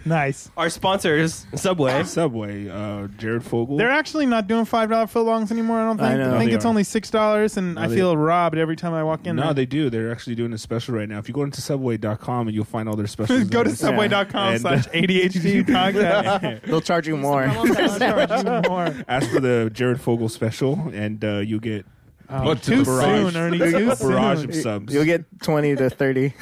S6: nice.
S8: Our sponsors, Subway.
S5: Subway. Uh, Jared Fogle.
S6: They're actually not doing five dollar footlongs anymore. I don't think.
S7: I
S6: I,
S7: know.
S6: think
S5: They
S6: it's
S5: are.
S6: only six dollars, and I
S5: they-
S6: feel robbed every time I walk in.
S5: no,
S6: there.
S5: they do. They're actually doing a special right now. If you go into subway.com and you'll find all their specials.
S6: go to
S5: there.
S6: subway.com
S5: And-
S6: slash ADHD podcast.
S7: They'll charge you more.
S9: Promo code.
S6: Charge you more.
S5: Ask for the Jared Fogle special, and uh, you get
S7: Oh,
S10: But to
S6: Too
S10: the barrage.
S6: soon, Ernie.
S5: a
S6: Too
S5: barrage
S6: soon.
S5: of subs.
S7: You'll get twenty to thirty.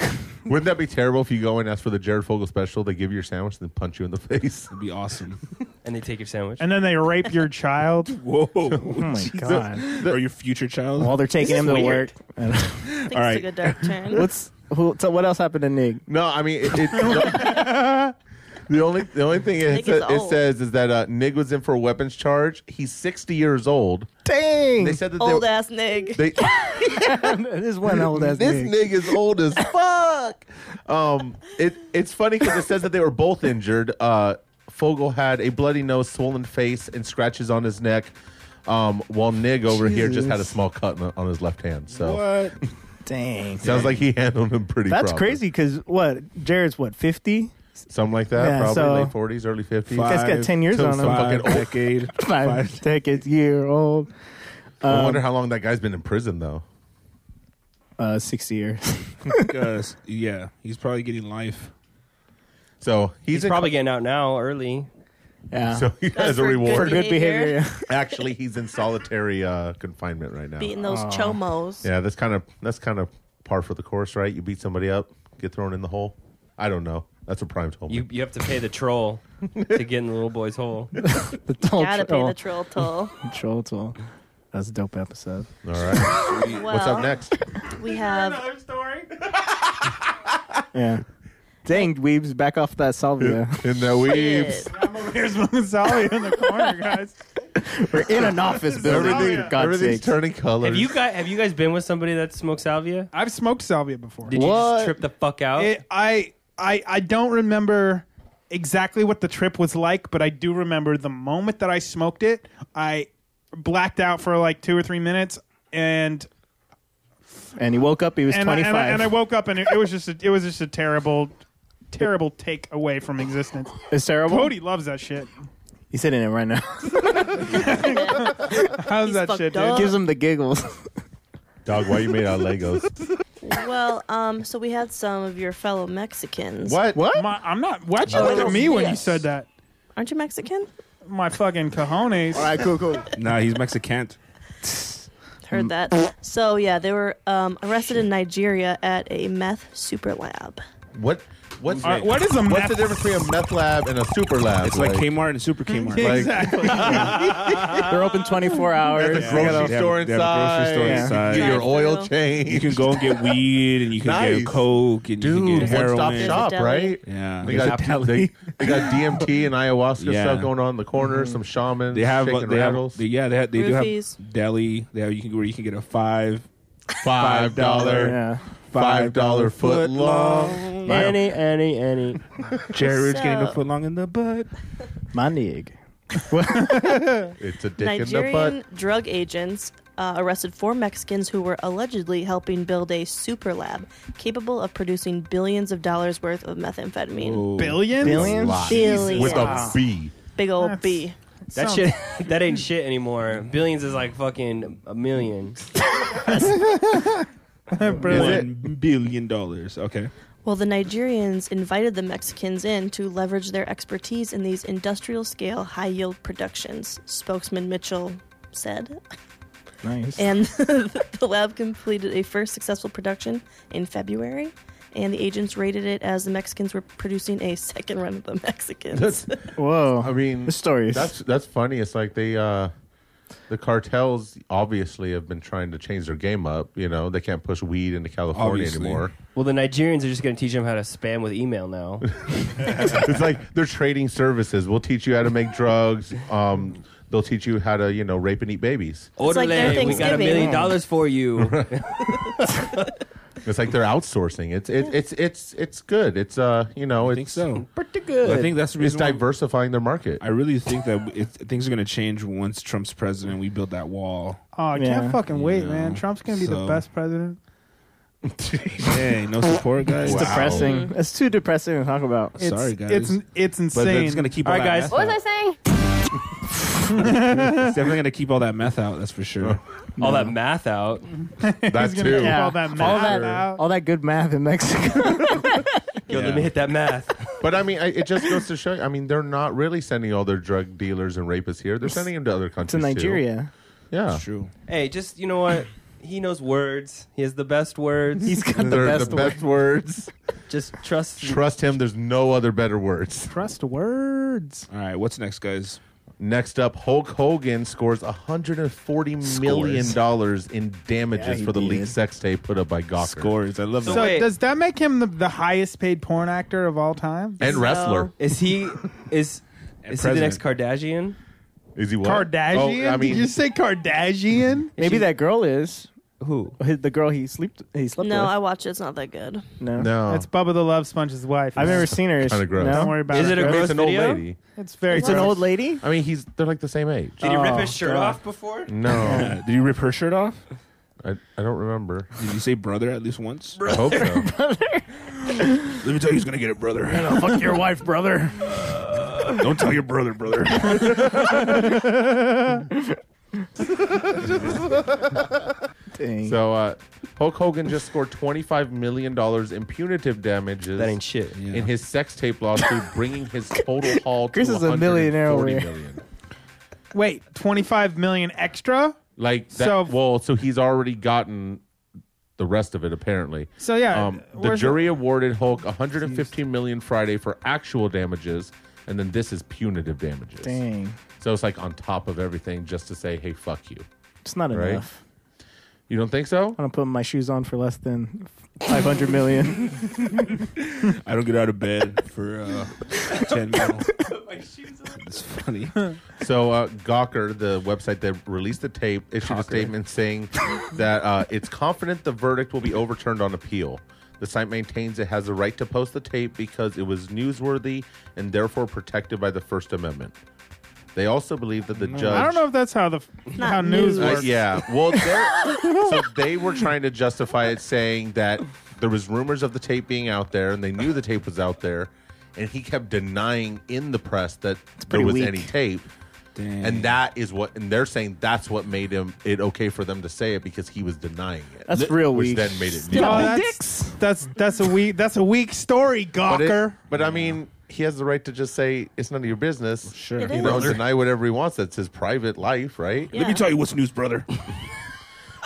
S10: Wouldn't that be terrible if you go and ask for the Jared Fogle special? They give you your sandwich and then punch you in the face.
S5: It'd be awesome.
S8: And they take your sandwich.
S6: And then they rape your child.
S5: Whoa!
S7: Oh my god!
S5: or your future child.
S7: While they're taking him to
S8: weird.
S7: work.
S9: Things
S5: All right.
S9: took a dark turn.
S7: What's who, so what else happened to Nig?
S10: No, I mean it, it, the, only the only thing it,
S9: Nick is
S10: sa- it
S9: old.
S10: says is that uh, Nig was in for a weapons charge. He's sixty years old.
S7: Dang!
S10: They said that
S9: Old
S10: they,
S9: ass nig.
S10: they
S7: this one old ass
S10: this
S7: Nig.
S10: Nig is old as fuck. Um, it it's funny because it says that they were both injured. Uh, Fogel had a bloody nose, swollen face, and scratches on his neck. Um, while Nig over here just had a
S7: Jesus.
S10: small cut on, on his left hand. So
S5: What?
S7: Dang!
S10: sounds like he handled him pretty.
S7: That's
S10: proper.
S7: crazy because what Jared's what fifty?
S10: Something like that.
S7: Yeah,
S10: probably
S7: so-
S10: late forties, early fifties.
S7: Guy's got
S5: Five
S7: 10 years
S10: to
S7: on him.
S10: some
S5: Five
S10: fucking old
S5: decade.
S7: Five decades year old. Um,
S10: I wonder how long that guy's been in prison though.
S7: Uh, sixty years.
S5: Because yeah, he's probably getting life.
S10: So he's,
S8: he's
S10: in-
S8: probably getting out now early.
S7: Yeah.
S10: so he has a
S9: for
S7: for
S10: reward.
S9: good-
S7: good behavior.
S10: Actually, he's in solitary uh, confinement right now.
S9: Beating those chomos.
S10: Yeah, that's kind of that's kind of par for the course, right? You beat somebody up, get thrown in the hole. I don't know. That's what Prime told me.
S8: You you have to pay the troll to get in the little boy's hole.
S7: the toll
S9: Gotta pay
S7: troll.
S9: the troll toll.
S7: Troll toll. That's a dope episode.
S10: All right.
S9: well,
S10: What's up next?
S9: we have
S7: Yeah. Dang, weebs, back off that salvia.
S10: In the weaves.
S9: shit.
S6: Here's Monsalve in the corner, guys.
S7: We're in an office building.
S10: Everything,
S7: for God's
S10: everything's
S7: sake.
S10: turning colors.
S8: Have you guys have you guys been with somebody that smokes salvia?
S6: I've smoked salvia before.
S8: Did you
S7: What?
S8: just trip the fuck out?
S6: It, I I I don't remember exactly what the trip was like, but I do remember the moment that I smoked it. I blacked out for like two or three minutes, and
S7: and he woke up, he was
S6: and I,
S7: 25.
S6: and, I, and I woke up, and it, it was just a, it was just a terrible, terrible take away from existence.
S7: it's terrible.
S6: Cody loves that shit.
S7: He's hitting it right now.
S6: How's that
S9: fucked
S6: shit,
S9: up.
S6: dude?
S7: Gives him the giggles.
S10: dog? Why you made out of Legos?
S9: well, um, so we had some of your fellow Mexicans.
S10: What?
S7: what?
S6: My, I'm not. Why'd you look at me when you said that?
S9: Aren't you Mexican?
S6: My fucking cojones.
S7: All right, cool, cool.
S5: Nah, he's Mexican.
S9: Heard
S10: Mm.
S9: that. So yeah, they were um, arrested in Nigeria at a meth super lab.
S10: What? What's
S6: All right, what is a
S10: what's
S6: meth-
S10: the difference between a meth lab and a super lab?
S5: It's like Kmart and Super Kmart.
S10: Like-
S6: exactly.
S7: They're open 24 hours.
S10: There's a grocery
S7: You gotta-
S10: store
S5: they have a
S10: inside.
S5: grocery store
S7: Yeah.
S5: inside.
S10: Get your
S9: Drive-through.
S10: oil
S5: You
S10: change.
S5: can go and get weed, and you can
S10: Nice.
S5: get coke, and you can
S10: Dude,
S5: get
S10: one
S5: heroin.
S10: stop shop,
S9: deli.
S10: right?
S5: Yeah,
S10: They
S5: There's
S10: got,
S5: a
S10: they, they got DMT and ayahuasca
S5: Yeah.
S10: stuff going on in the corner. Some shamans,
S5: They have,
S10: shaking
S5: they have
S10: rattles.
S5: they, yeah, they, have, they do
S9: Roofies.
S5: have deli. They have you can where you can get a five
S10: five dollar,
S7: Yeah.
S10: five dollar foot long.
S7: Any, any, any.
S5: Jared's getting a
S9: So-
S5: foot long in the butt.
S7: Manig.
S10: It's a dick in the
S9: Nigerian
S10: butt.
S9: drug agents uh, arrested four Mexicans who were allegedly helping build a super lab capable of producing billions of dollars worth of methamphetamine.
S5: Oh.
S6: Billions?
S7: Billions?
S9: Billions.
S10: Oh, with a B.
S9: Big old B.
S8: That shit, that ain't shit anymore. Billions is like fucking a million.
S5: One billion dollars. Okay.
S9: Well, the Nigerians invited the Mexicans in to leverage their expertise in these industrial scale high yield productions, spokesman Mitchell said.
S7: Nice.
S9: And the lab completed a first successful production in February, and the agents rated it as the Mexicans were producing a second run of the Mexicans.
S10: That's,
S7: Whoa.
S10: I mean,
S7: the stories.
S10: That's that's funny. It's like they, uh, the cartels obviously have been trying to change their game up. You know, they can't push weed into California
S5: Obviously.
S10: anymore.
S8: Well, the Nigerians are just going to teach them how to spam with email now.
S10: it's like they're trading services. We'll teach you how to make drugs. Um, they'll teach you how to, you know, rape and eat babies.
S9: It's like their
S8: Orderly, we got a
S9: Thanksgiving.
S8: million dollars for you.
S10: It's like they're outsourcing. It's it, it's it's it's good. It's uh, you know,
S5: I
S10: it's
S5: think so.
S10: pretty good.
S5: I think that's the
S10: it's
S5: reason why-
S10: diversifying their market.
S5: I really think that it, things are going to change once Trump's president. We build that wall.
S6: Oh, I
S7: Yeah.
S6: can't fucking wait,
S5: Yeah.
S6: man. Trump's gonna be the
S5: So-
S6: best president.
S5: Hey, no support, guys.
S10: Wow.
S7: depressing. That's too depressing to talk about.
S6: It's,
S5: Sorry, guys.
S6: It's it's
S5: But
S6: insane.
S5: it's going to keep all
S8: All right,
S5: that
S8: guys.
S3: What
S5: meth
S3: was I
S5: out.
S3: saying?
S5: It's definitely going to keep all that meth out. That's for sure.
S8: All that math out.
S10: That's
S6: He's gonna
S10: too.
S6: keep
S7: Yeah.
S6: all that math
S7: All that,
S6: out.
S7: all that good math in Mexico.
S8: Yo,
S5: Yeah.
S8: let me hit that math.
S10: But I mean, I, it just goes to show. you, I mean, they're not really sending all their drug dealers and rapists here. They're sending them to other
S7: to
S10: countries. too.
S7: Nigeria.
S10: Yeah,
S5: It's true.
S8: hey, just you know what? He knows words. He has the best words.
S7: He's got the
S10: they're
S7: best,
S10: the best words.
S8: just trust.
S10: Trust him. There's no other better words.
S6: Trust words.
S5: All right. What's next, guys?
S10: Next up, Hulk Hogan scores 140 million dollars in
S7: Yeah,
S10: damages
S7: he
S10: for the
S7: did.
S10: leaked sex tape put up by Gawker
S5: Scores. I love
S8: So
S5: that.
S6: So
S8: wait.
S6: does that make him the, the highest paid porn actor of all time?
S10: and wrestler.
S8: Is he is is he the
S5: president.
S8: next Kardashian?
S10: Is he what?
S6: Kardashian?
S10: Oh, I
S6: Did
S10: mean,
S6: you say Kardashian?
S7: Maybe that girl is
S8: Who?
S7: his- the girl he slept he slept
S9: no,
S7: with.
S9: I watch it. It's not that good.
S7: no,
S10: no.
S6: That's Bubba the Love Sponge's wife.
S7: I've never seen her.
S10: Oh. Kinda gross.
S7: No?
S6: Don't worry about
S8: Is it
S6: it.
S8: a
S10: I mean,
S8: gross
S10: it's an old
S8: video?
S10: lady.
S6: it's very.
S7: It's an
S6: gross.
S7: old lady.
S10: I mean, he's they're like the same age.
S8: Did he rip his
S7: Oh,
S8: shirt
S7: God.
S8: off before?
S10: No,
S5: Uh, did you rip her shirt off?
S10: I, I don't remember.
S5: Did you say brother at least once?
S10: I hope so.
S5: Let me tell you who's going to get it, brother.
S7: Fuck your wife, brother.
S5: Don't tell your brother, brother.
S7: Dang.
S10: So uh, Hulk Hogan just scored $25 million in punitive damages
S8: That ain't shit.
S5: Yeah.
S10: in his sex tape lawsuit, bringing his total haul
S7: Chris
S10: to
S7: is a millionaire over
S10: $140
S7: here.
S10: million.
S6: Wait, twenty five million extra.
S10: Like that,
S6: So-
S10: well, so he's already gotten the rest of it apparently.
S6: So, yeah,
S10: um, the
S6: where's
S10: jury awarded Hulk 115 million Friday for actual damages, and then this is punitive damages.
S7: Dang.
S10: So it's like on top of everything, just to say, hey, fuck you.
S7: It's not
S10: Right?
S7: enough.
S10: You don't think so?
S7: I'm putting my shoes on for less than 500 million.
S5: I don't get out of bed for uh, 10 mil. It's funny.
S10: So uh, Gawker, the website that released the tape, issued a statement saying that uh, it's confident the verdict will be overturned on appeal. The site maintains it has the right to post the tape because it was newsworthy and therefore protected by the First Amendment. They also believe that the judge.
S6: Mm, I don't know if that's how the how news
S9: news.
S10: Uh,
S6: works.
S10: yeah. Well, they're- so they were trying to justify it, saying that there was rumors of the tape being out there, and they knew the tape was out there, and he kept denying in the press that there
S7: pretty
S10: was
S7: weak.
S10: any tape.
S5: Dang.
S10: And that is what, and they're saying that's what made him it okay for them to say it because he was denying it.
S7: That's
S10: Th-
S7: real
S10: which
S7: weak.
S10: then made it
S6: Oh,
S10: new.
S6: that's, that's that's a weak that's a weak story,
S10: But, it-
S6: Gawker.
S10: but I mean, he has the right to just say it's none of your business.
S5: Sure.
S9: It
S10: You
S9: is.
S10: know, deny whatever he wants. That's his private life, right?
S9: Yeah.
S5: Let me tell you what's news, brother.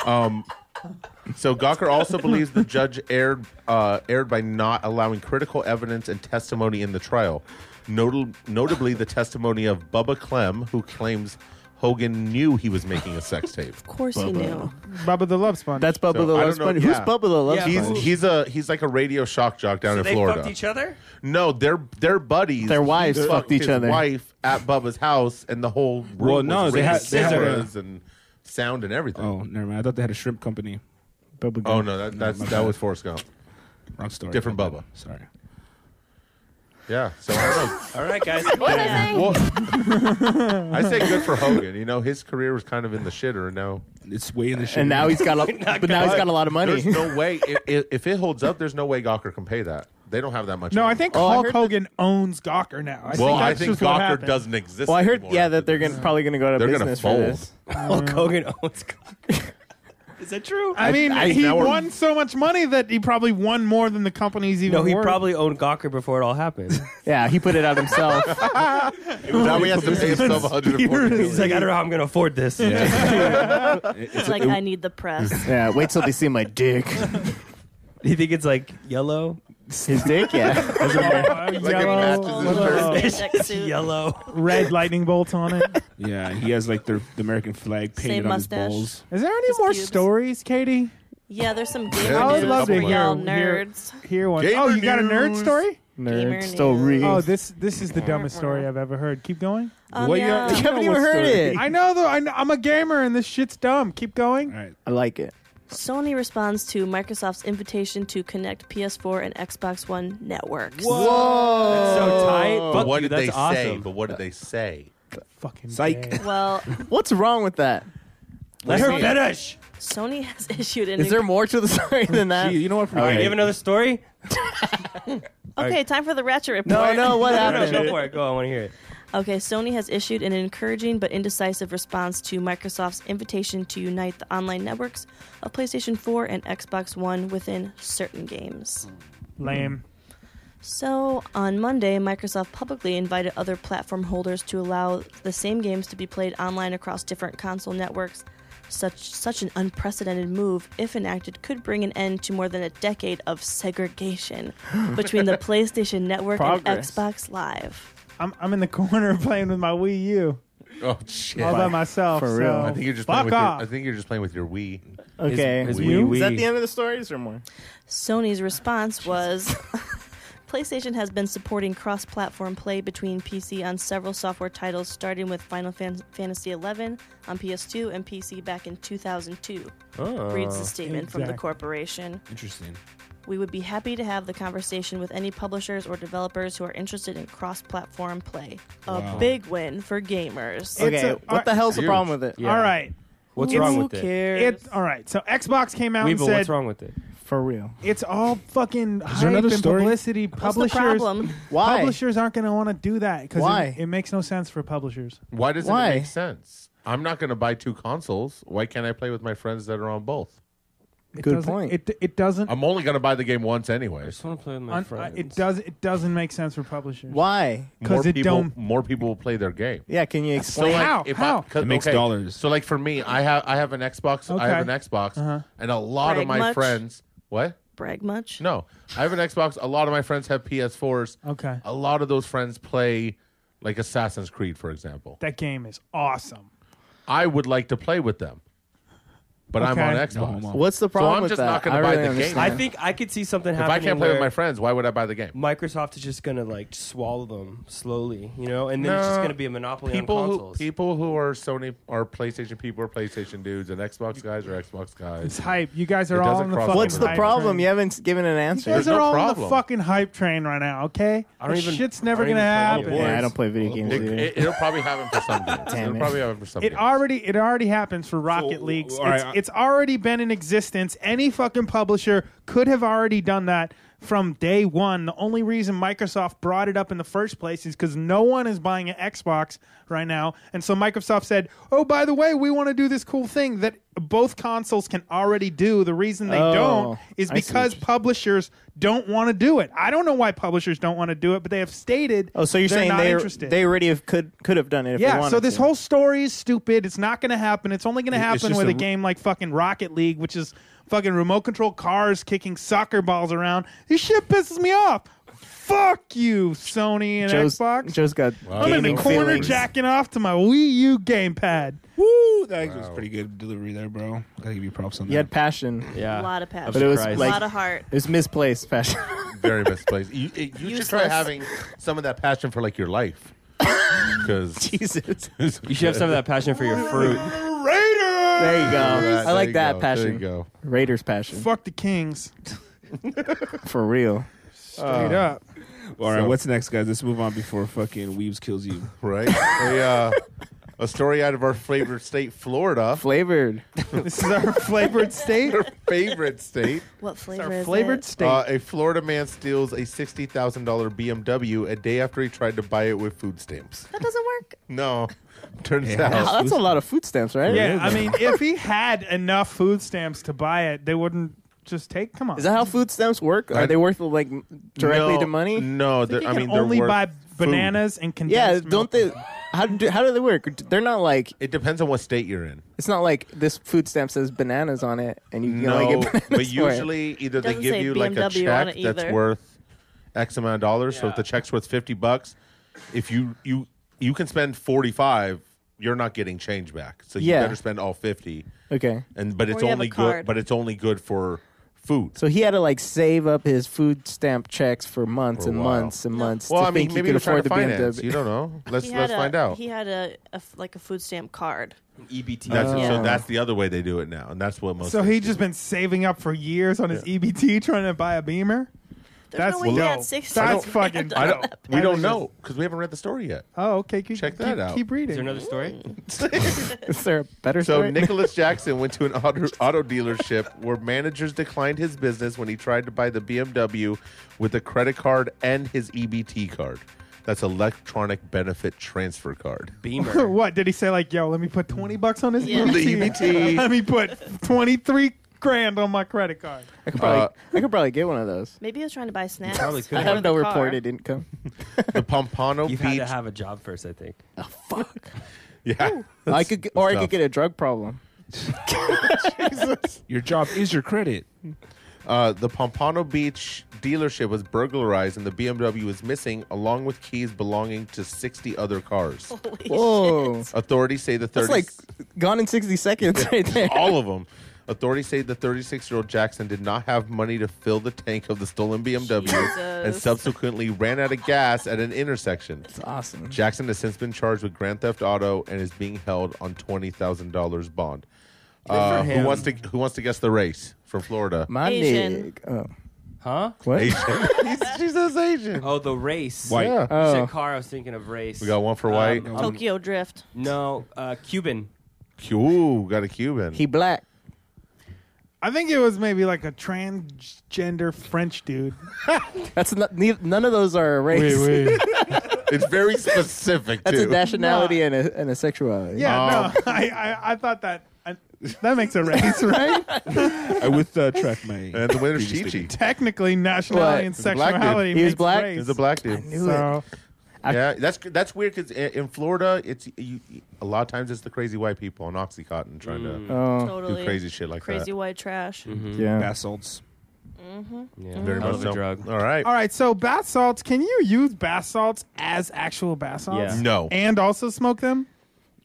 S10: So Gawker also believes the judge erred uh, erred by not allowing critical evidence and testimony in the trial, Nota- notably the testimony of Bubba Clem, who claims Hogan knew he was making a sex tape.
S9: Of course he knew.
S6: Bubba the Love Sponge.
S7: That's Bubba
S10: So,
S7: the
S10: I don't
S7: Love
S10: know-
S7: Sponge. Who's
S10: yeah.
S7: Bubba the Love
S8: Yeah,
S10: He's
S7: Sponge?
S10: he's a he's like a radio shock jock down in
S8: they
S10: Florida.
S8: fucked each other.
S10: No, they're they're buddies.
S7: Their wives
S10: He
S7: fucked each
S10: his
S7: other.
S10: Wife at Bubba's house, and the whole room
S5: Well, no,
S10: was
S5: they had-
S10: raised
S5: they had a-
S10: cameras and sound and everything. Oh,
S5: Oh, never mind. I thought they had a shrimp company.
S7: Bubba Gump.
S10: no, that that's, that was Forrest Gump.
S5: Wrong story.
S10: Different
S5: My
S10: Bubba.
S5: bad. Sorry.
S10: Yeah, so I don't know.
S8: All right, guys.
S3: What was I saying?
S10: Well, I say good for Hogan. You know, his career was kind of in the shitter, and now
S5: It's way in the shit.
S7: And now he's got a, but now he's got a lot of money.
S10: there's no way. If, if it holds up, there's no way Gawker can pay that. They don't have that much.
S6: No, I
S10: money.
S6: think
S7: I
S6: Hulk
S7: heard
S6: Hogan owns Gawker now. I
S10: Well,
S6: think
S10: I
S6: that's
S10: think
S6: just what
S10: Gawker
S6: happened.
S10: doesn't exist.
S7: Well, I heard,
S10: anymore
S7: yeah,
S10: after
S7: that they're
S10: this.
S7: gonna, probably going to go out of
S10: They're gonna
S7: business
S10: fold.
S7: for this.
S8: Hulk Hogan Oh, owns Gawker. Is that true?
S6: I mean,
S10: I-
S6: he
S10: now we're-
S6: won so much money that he probably won more than the company's even.
S8: no, he
S6: worth.
S8: probably owned Gawker before it all happened.
S7: Yeah, he put it out himself.
S10: Now we have to pay himself 140
S8: He's like, I don't know how I'm going to afford this.
S9: It's like I need the press.
S7: yeah, wait till they see my dick.
S8: Do you think it's like yellow?
S7: His dick, yeah.
S6: Uh, yellow,
S10: matches
S9: His neck suit.
S8: yellow.
S6: red lightning bolts on it.
S5: Yeah, he has like the, the American flag painted
S9: Same
S5: on his
S9: mustache.
S5: balls.
S6: Is there any
S9: Just
S6: more
S9: pubes.
S6: stories, Katie?
S9: Yeah, there's some gamer
S10: I
S6: I
S10: would
S6: would
S9: news
S6: love
S10: love
S6: to
S10: to
S9: for
S6: hear
S10: couple
S9: y'all
S6: hear,
S9: nerds.
S6: hear one.
S10: Gamer
S6: oh, you got a nerd
S10: news.
S6: story?
S9: Gamer
S7: Nerd
S9: news.
S7: story.
S6: Oh, this this is the dumbest story I've ever heard. Keep going.
S9: Um,
S5: What you-
S9: yeah.
S7: you haven't even heard it.
S6: I know though. I know, I'm a gamer and this shit's dumb. Keep going.
S5: All right.
S7: I like it.
S9: Sony responds to Microsoft's invitation to connect PS4 and Xbox One networks.
S8: That's so tight.
S10: But
S8: Fuck
S10: Oh. what
S8: you,
S10: did
S8: that's
S10: they
S8: awesome.
S10: say? But what did they say?
S6: Fucking
S5: Psych.
S6: gay.
S9: Well,
S7: What's wrong with that?
S8: Let her finish.
S9: Sony has issued an.
S7: Is there more to the story than that?
S5: Gee, you know what? From
S8: All right, you have another story?
S9: okay, time for the ratchet
S7: no,
S9: report.
S7: no, what
S8: Oh, No, no, go
S7: happened?
S8: for it. Go. I want to hear it.
S9: Okay, Sony has issued an encouraging but indecisive response to Microsoft's invitation to unite the online networks of PlayStation 4 and Xbox One within certain games.
S6: Lame.
S9: So, on Monday, Microsoft publicly invited other platform holders to allow the same games to be played online across different console networks. Such such an unprecedented move, if enacted, could bring an end to more than a decade of segregation between the PlayStation Network
S7: Progress.
S9: and Xbox Live.
S6: I'm I'm in the corner playing with my Wii U
S10: Oh shit!
S6: all by myself.
S7: For
S6: so
S7: real.
S10: I think you're just playing
S6: fuck
S10: with your,
S6: off.
S10: I think you're just playing with your Wii.
S7: Okay.
S5: Is,
S7: Is,
S5: is
S6: You?
S5: we, we,
S7: that the end of the story? Is there more?
S9: Sony's response was PlayStation has been supporting cross platform play between PC on several software titles, starting with Final Fan- Fantasy XI on PS2 and PC back in 2002. reads the statement from the
S6: Exactly.
S9: corporation.
S5: Oh. Interesting.
S9: We would be happy to have the conversation with any publishers or developers who are interested in cross platform play. A big win for gamers.
S6: It's
S7: Okay.
S6: a-
S7: what the hell's the problem with it?
S8: Yeah.
S6: All right.
S8: What's
S9: Who
S8: wrong with it?
S9: cares?
S6: It all right. So Xbox came out
S8: Weeba,
S6: and said
S8: what's wrong with it?
S7: For real.
S6: it's all fucking hype
S5: another
S6: and
S5: story?
S6: publicity.
S9: What's
S6: Publishers
S9: the problem?
S7: Why?
S6: publishers aren't going to want to do that because
S7: Why?
S6: it, it makes no sense for publishers.
S10: Why doesn't
S7: Why?
S10: it make sense? I'm not going to buy two consoles. Why can't I play with my friends that are on both?
S6: It
S7: Good
S6: doesn't-
S7: point.
S6: It it doesn't.
S10: I'm only going to buy the game once
S8: I
S10: anyway.
S8: just want to play with my
S6: un-
S8: friends.
S6: it does. It doesn't make sense for publishers.
S7: Why?
S10: More
S6: 'Cause it
S10: people,
S6: don't-
S10: more people will play their game.
S7: Yeah, can you
S10: So
S7: explain?
S10: like,
S6: How?
S10: If
S6: How?
S10: I, 'cause-
S5: It makes
S10: okay,
S5: dollars.
S10: So like for me, I have I have an Xbox. I have
S6: Okay. Uh-huh.
S10: an Xbox, and a lot
S9: Brag
S10: of my
S9: much?
S10: friends. What?
S9: Brag much?
S10: No, I have an Xbox. A lot of my friends have PS4s.
S6: Okay.
S10: A lot of those friends play like Assassin's Creed, for example.
S6: That game is awesome.
S10: I would like to play with them, but I'm
S6: Okay.
S10: on
S6: No
S10: Xbox.
S5: homo.
S7: What's the
S10: I'm
S7: problem with
S10: just
S7: that?
S10: not gonna
S7: I
S10: buy
S7: really
S10: the game.
S7: understand.
S10: I
S8: I think I could see something
S10: if
S8: happening
S10: I can't play with my
S8: where
S10: friends, why would I buy the game?
S8: Microsoft is just going to like swallow them slowly, you know, and then it's just
S10: No.
S8: going to be a monopoly on
S10: people who
S8: consoles.
S10: people who are Sony or PlayStation people are PlayStation dudes, and Xbox guys are Xbox guys.
S6: It's hype. You guys are
S10: It
S6: all
S10: doesn't
S6: on the
S10: cross
S6: fucking.
S10: over.
S7: What's the
S6: hype
S7: problem?
S6: train.
S7: You haven't given an
S6: You
S7: answer.
S6: guys
S10: There's no
S6: are all on the
S10: problem.
S6: fucking hype train right now. Okay,
S8: I don't
S6: This
S8: even-
S6: shit's
S8: I
S6: never
S8: don't
S6: gonna
S8: even play
S6: happen.
S8: boards.
S7: yeah, I don't play video games
S10: It,
S7: either.
S10: it, it'll probably happen for some games.
S7: Damn
S10: it'll
S7: it.
S10: probably happen for some
S6: It
S10: games.
S6: already it already happens for Rocket
S5: So,
S6: Leagues.
S5: all right,
S6: it's,
S5: I-
S6: it's already been in existence. Any fucking publisher could have already done that from day one. The only reason Microsoft brought it up in the first place is because no one is buying an Xbox right now, and so Microsoft said, "Oh, by the way, we want to do this cool thing that both consoles can already do." The reason they
S7: Oh,
S6: don't is
S7: I see what
S6: because
S7: you're-
S6: publishers don't want to do it. I don't know why publishers don't want to do it, but they have stated.
S7: oh, so you're
S6: they're
S7: saying
S6: not
S7: they
S6: interested.
S7: they already have, could could have done it if they
S6: Yeah,
S7: wanted
S6: so this
S7: to.
S6: whole story is stupid. It's not going to happen. It's only going to
S5: it's
S6: happen
S5: just
S6: with a,
S5: a-
S6: game like fucking Rocket League, which is fucking remote control cars kicking soccer balls around. This shit pisses me off. Fuck you, Sony and
S5: Joe's,
S6: Xbox.
S5: Joe's got
S10: Uh,
S6: I'm in the
S5: gaming
S6: corner
S5: feelings.
S6: jacking off to my Wii U gamepad.
S12: Woo! That was pretty good delivery there, bro. Gotta give you props on
S5: He had passion.
S7: Yeah.
S9: A lot of passion.
S5: But it was
S7: Christ.
S9: a
S5: like-
S9: lot of heart.
S5: It was misplaced passion.
S10: Very misplaced. You, you should try
S9: Useless.
S10: having some of that passion for like your life. Because
S5: Jesus.
S7: You should have some of that passion for your fruit.
S5: There you go. I like that passion.
S10: There you go.
S5: Raiders passion.
S6: Fuck the Kings.
S5: For real. Uh.
S6: Straight up.
S12: All right,
S10: So-
S12: what's next, guys? Let's move on before fucking Weebs kills you.
S10: Right. a, uh, a story out of our favorite state, Florida.
S5: Flavored.
S6: This is our flavored state.
S10: Our favorite state.
S9: What flavor
S6: Our
S9: is
S6: flavored
S9: it?
S6: state.
S10: Uh, a Florida man steals a sixty thousand dollar BMW a day after he tried to buy it with food stamps.
S9: That doesn't work.
S10: No, turns
S5: Oh,
S10: out
S5: that's a lot of food stamps, right?
S6: yeah, I mean, if he had enough food stamps to buy it, they wouldn't just take. Come on,
S5: Is that how food stamps work? Are
S10: I-
S5: they worth like m- directly
S10: No,
S5: to money?
S10: No, they're-
S6: You
S10: I
S6: can
S10: mean they're
S6: only
S10: worth
S6: buy
S10: food.
S6: bananas and condensed
S5: Yeah, don't
S6: milk.
S5: they? How do how do they work? They're not like
S10: It depends on what state you're in.
S5: it's not like this food stamp says bananas on it, and you can only
S10: No,
S5: get bananas
S10: but
S5: for it.
S10: usually either they
S9: Doesn't
S10: give
S9: say
S10: you like a
S9: BMW on
S10: check
S9: it
S10: that's
S9: either.
S10: worth X amount of dollars. So if the check's worth fifty bucks, if you you you can spend forty five, you're not getting change back. So you
S5: Yeah.
S10: better spend all fifty.
S5: Okay,
S10: And but it's
S9: you have
S10: only
S9: a card.
S10: good. But it's only good for food.
S5: so he had to like save up his food stamp checks for months
S10: For a
S5: and
S10: while.
S5: months and months
S10: well,
S5: to
S10: I mean,
S5: think
S10: maybe
S5: he
S10: you're
S5: could
S10: trying
S5: afford
S10: to
S5: the
S10: finance. You
S5: BMW.
S10: don't know. Let's
S9: He had
S10: let's
S9: a,
S10: find out.
S9: He had a, a f- like a food stamp card.
S7: EBT.
S10: That's,
S5: Yeah.
S10: So that's the other way they do it now, and that's what most.
S6: So
S10: states
S6: he
S10: do.
S6: just been saving up for years on his EBT trying to buy a Beamer.
S9: There's
S6: That's
S9: no way they
S6: low.
S9: had six.
S6: That's fucking.
S10: I don't. We
S6: That
S10: don't
S6: is
S10: know because we haven't read the story yet.
S6: Oh, okay. Keep,
S10: Check that
S6: keep-
S10: out.
S6: Keep reading.
S7: Is there another story?
S5: Is there a better
S10: So
S5: story?
S10: Nicholas Jackson went to an auto, auto dealership where managers declined his business when he tried to buy the BMW with a credit card and his EBT card. That's electronic benefit transfer card.
S6: Or
S7: Beamer.
S6: what did he say? Like, yo, let me put twenty bucks on this
S9: Yeah.
S6: EBT.
S10: The E EBT.
S6: let me put twenty three grand on my credit card.
S5: I could probably
S10: uh,
S5: I could probably get one of those.
S9: Maybe he was trying to buy snacks.
S7: probably could.
S5: I
S9: out of
S5: have
S9: the
S5: no
S9: car.
S5: reported income.
S10: The Pompano
S7: You've had
S10: Beach.
S7: to have a job first, I think.
S5: Fuck.
S10: yeah.
S5: I could, get, or I
S10: tough.
S5: could get a drug problem.
S12: Your job is your credit.
S10: Uh, the Pompano Beach dealership was burglarized and the BMW was missing, along with keys belonging to 60 other cars.
S9: Holy
S5: Whoa,
S9: shit.
S10: Authorities say the 30.
S5: that's like gone in sixty seconds right there.
S10: all of them. Authorities say the 36 year old Jackson did not have money to fill the tank of the stolen BMW and
S9: Jesus.
S10: subsequently ran out of gas at an intersection.
S5: It's awesome.
S10: Jackson has since been charged with grand theft auto and is being held on twenty thousand dollars bond. Uh, who wants to Who wants to guess the race from Florida?
S5: My
S9: Asian.
S5: nigga. Oh.
S7: Huh?
S5: What?
S10: Asian. she says Asian.
S7: Oh, the race.
S12: White.
S10: Yeah.
S7: You
S5: Oh.
S7: said car. I was thinking of race.
S10: We got one for white.
S7: Um,
S9: Tokyo Drift.
S7: No, uh, Cuban.
S10: Ooh, got a Cuban.
S5: He black.
S6: I think it was maybe like a transgender French dude.
S5: That's not, neith- none of those are a race.
S10: it's very specific
S5: That's
S10: too.
S5: a nationality and a and a sexuality.
S6: Yeah, no, Oh. I, I, I thought that I, that makes a race, right?
S12: I with uh, track my
S10: and the winner's
S12: Previously.
S10: Chi Chi.
S6: Technically, nationality
S5: What?
S6: and
S10: He's a black dude.
S6: sexuality
S5: He was
S6: makes
S5: black?
S6: race.
S10: He's a black dude.
S5: knew it.
S6: So
S10: Yeah, that's that's weird because in Florida, it's you, a lot of times it's the crazy white people on OxyContin trying to
S5: Oh,
S10: do
S9: Totally.
S10: crazy shit like
S9: Crazy
S10: that.
S9: white trash.
S5: Mm-hmm. yeah.
S12: basalts.
S7: Yeah.
S10: Very
S7: Hell
S10: much
S7: of a
S10: so.
S7: Mm. drug.
S10: All right.
S6: all right, so bath salts. Can you use bath salts as actual bath salts?
S7: Yeah.
S10: No.
S6: and also smoke them.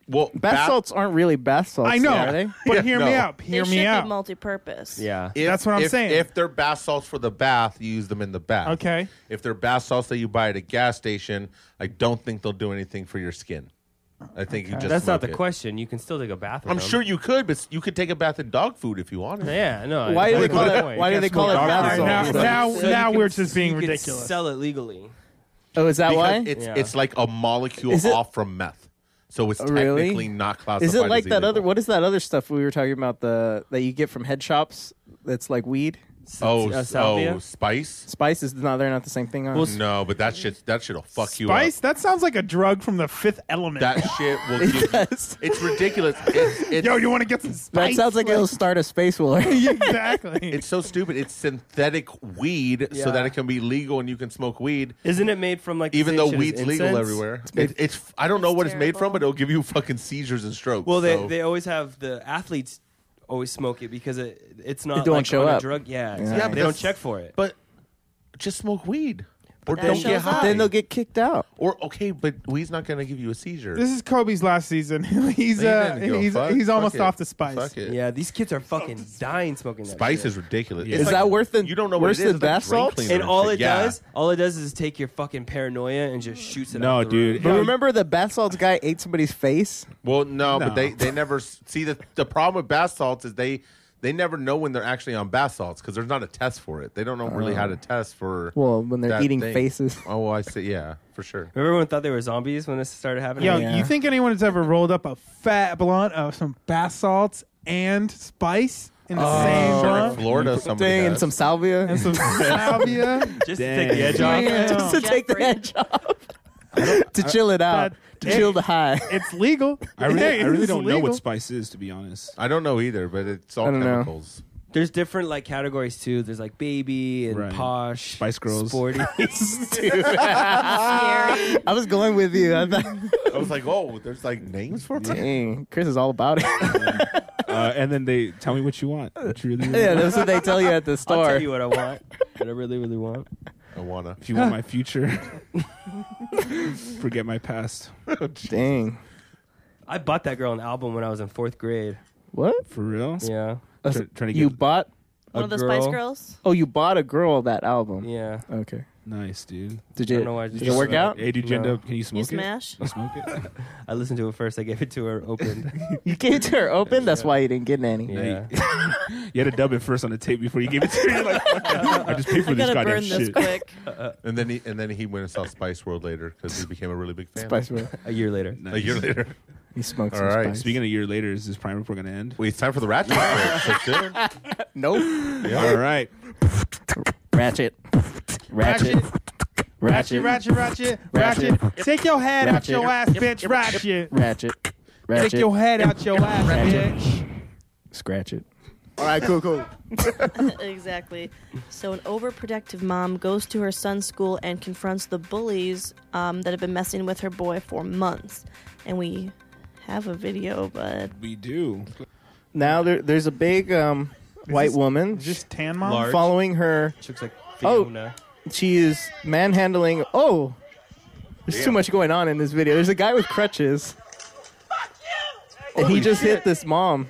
S10: Well,
S5: Bath
S10: bath-
S5: salts aren't really bath salts.
S6: I know,
S5: Are they?
S6: but
S10: Yeah,
S6: hear
S10: no.
S6: me out.
S9: They
S6: Hear
S9: should
S6: me
S9: be
S6: out.
S9: multi-purpose.
S7: Yeah.
S10: if-
S6: That's what I'm
S10: if-
S6: saying.
S10: If they're bath salts for the bath, you use them in the bath.
S6: Okay.
S10: If they're bath salts that you buy at a gas station, I don't think they'll do anything for your skin. I think you just.
S7: That's not
S10: smoke
S7: the
S10: it.
S7: question. You can still take a bath. With
S10: I'm
S7: them.
S10: sure you could, but you could take a bath in dog food if you wanted.
S7: Yeah. No.
S5: Why do
S7: that's
S5: they
S7: the
S5: call it?
S7: point.
S5: Why do
S7: You
S5: they
S7: can't
S5: call it
S7: smoke
S5: bath
S7: dark
S6: All right,
S5: salts?
S7: So-
S6: now-
S7: so
S6: now- now
S7: you can-
S6: we're just being
S7: you can
S6: ridiculous.
S7: Sell it legally.
S5: oh, is that
S10: Because
S5: why?
S10: It's
S7: Yeah.
S10: it's like a molecule
S5: Is it- Oh,
S10: off from meth, so it's
S5: Really?
S10: technically not classified.
S5: Is it
S10: as
S5: like that
S10: illegal.
S5: other? What is that other stuff we were talking about? The that you get from head shops. That's like weed.
S10: Oh,
S7: Uh,
S10: s-
S7: salvia?
S10: oh, spice.
S5: Spices. No, they're not the same thing. Are
S7: Well,
S5: they?
S10: No, but that shit that shit'll fuck you up.
S6: Spice. That sounds like a drug from the Fifth Element.
S10: That shit will give you.
S5: does.
S10: It's ridiculous. It's, it's,
S6: Yo, you want to get some
S5: that
S6: spice?
S5: sounds like it'll start a space war.
S6: exactly.
S10: it's so stupid. It's synthetic weed, so
S7: Yeah.
S10: that it can be legal and you can smoke weed,
S7: Isn't it made from like the
S10: even
S7: same
S10: though
S7: shit as
S10: weed's legal
S7: incense?
S10: everywhere. It, it's I don't know
S9: It's
S10: what it's made from,
S9: terrible.
S10: but it'll give you fucking seizures and strokes.
S7: Well, they
S10: so-
S7: they always have the athletes always smoke it because it it's not
S5: don't
S7: like
S5: show
S7: on
S5: up.
S7: a drug. Yeah,
S5: Yeah,
S7: exactly.
S5: but
S7: they don't
S10: that's-
S7: check for it.
S10: But just smoke weed. Or
S9: that
S10: don't get
S9: shows up.
S10: high.
S5: Then they'll get kicked out.
S10: or okay, but weed's not gonna give you a seizure.
S6: This is Kobe's last season. he's uh,
S10: didn't give a
S6: he's,
S10: fuck.
S6: he's
S10: Fuck
S6: almost
S10: it.
S6: off the spice.
S10: Fuck it.
S7: yeah, these kids are fucking dying smoking that
S10: Spice
S7: shit.
S10: is ridiculous.
S5: Is that worth than-
S10: You don't know what
S5: worse
S10: it is. It's
S5: than
S10: like
S5: bath
S10: drain
S5: salts?
S10: cleaner
S7: and
S10: and
S7: all
S10: shit.
S7: it
S10: Yeah.
S7: does, all it does is take your fucking paranoia and just shoots it.
S13: No,
S7: out the
S13: dude.
S7: room.
S5: But
S13: Yeah.
S5: remember the bath salts guy ate somebody's face?
S10: Well, no,
S13: No.
S10: but they they never s- see the the problem with bath salts is they they never know when they're actually on bath salts because there's not a test for it. They don't know really how to test for.
S5: Uh. Well, when they're
S10: that
S5: eating
S10: thing.
S5: faces.
S10: Oh, I see. Yeah, for sure.
S7: Remember everyone thought they were zombies when this started happening?
S6: Yo,
S5: Yeah.
S6: you think anyone has ever rolled up a fat blunt of some bath salts and spice in the
S10: Oh,
S6: same
S10: Sure, in
S6: blunt?
S10: Florida, somebody
S5: Dang, and
S10: has.
S5: some salvia.
S6: And some salvia?
S7: just
S13: Dang.
S7: to take the edge off.
S6: Yeah.
S5: just to take the
S9: Jeffrey.
S5: edge off. to chill it out.
S6: That-
S5: to chill the high.
S6: It's legal.
S13: I really,
S6: Hey,
S13: I really
S6: it's
S13: don't know
S6: legal.
S13: what spice is, to be honest.
S10: I don't know either, but it's all
S5: I don't know.
S10: chemicals.
S7: There's different like categories too. There's like baby and
S13: Right.
S7: posh,
S13: Spice Girls.
S7: sporty.
S5: I was going with you. I thought,
S10: I was like, oh, there's like names for it.
S5: dang, Chris is all about it.
S13: Uh, and then they tell me what you want. What you really want.
S5: yeah, that's what they tell you at the
S7: I'll
S5: store.
S7: tell you what I want. What I really, really want.
S10: I wanna.
S13: If you want my future, forget my past.
S5: Dang.
S7: I bought that girl an album when I was in fourth grade.
S5: What?
S13: For real?
S7: Yeah.
S13: Try- trying to
S5: you
S13: get-
S5: bought?
S7: A
S9: One of the Spice
S7: girl?
S9: Girls.
S5: Oh, you bought a girl that album.
S7: Yeah.
S5: Okay.
S13: Nice, dude.
S5: Did
S7: I
S5: you,
S7: don't know why I
S5: did
S7: just
S5: it work
S7: said
S5: out?
S13: Hey, dude, you end
S7: No.
S13: up, can you smoke
S9: You
S13: it?
S9: smash.
S13: You smoke it?
S7: I listened to it first. I gave it to her open.
S5: You gave it to her open. That's why you didn't get nanny.
S7: yeah.
S13: You had to dub it first on the tape before you gave it to her. You're like, "Fuck that. I just paid for
S9: I
S13: this
S9: gotta
S13: goddamn
S9: burn this
S13: shit.
S9: quick.
S10: And then he and then he went and saw Spice World later because he became a really big fan.
S5: Spice World.
S7: a year later.
S13: Nice.
S10: A year later.
S5: He smoked
S10: All
S5: some
S10: right.
S5: spice.
S13: Speaking of a year later, is this prime report going to end?
S10: Wait, it's time for the ratchet. report. So soon?
S5: nope.
S13: All right.
S5: Ratchet. Ratchet.
S6: Ratchet, ratchet, ratchet, ratchet. Take your head out your ass, bitch. Ratchet.
S5: Ratchet.
S6: Take
S5: Ratchet.
S6: your head out your ass,
S5: Ratchet.
S6: bitch.
S5: Scratch it. All right, cool, cool.
S9: exactly. So an overprotective mom goes to her son's school and confronts the bullies um, that have been messing with her boy for months. And we have a video, but
S13: We do.
S5: Now there, there's a big um, white woman
S6: Just tan mom.
S7: Large.
S5: following her.
S7: She looks like
S5: Oh.
S7: Fiona.
S5: She is manhandling. Oh, there's too much going on in this video. There's a guy with crutches, and he just hit this mom.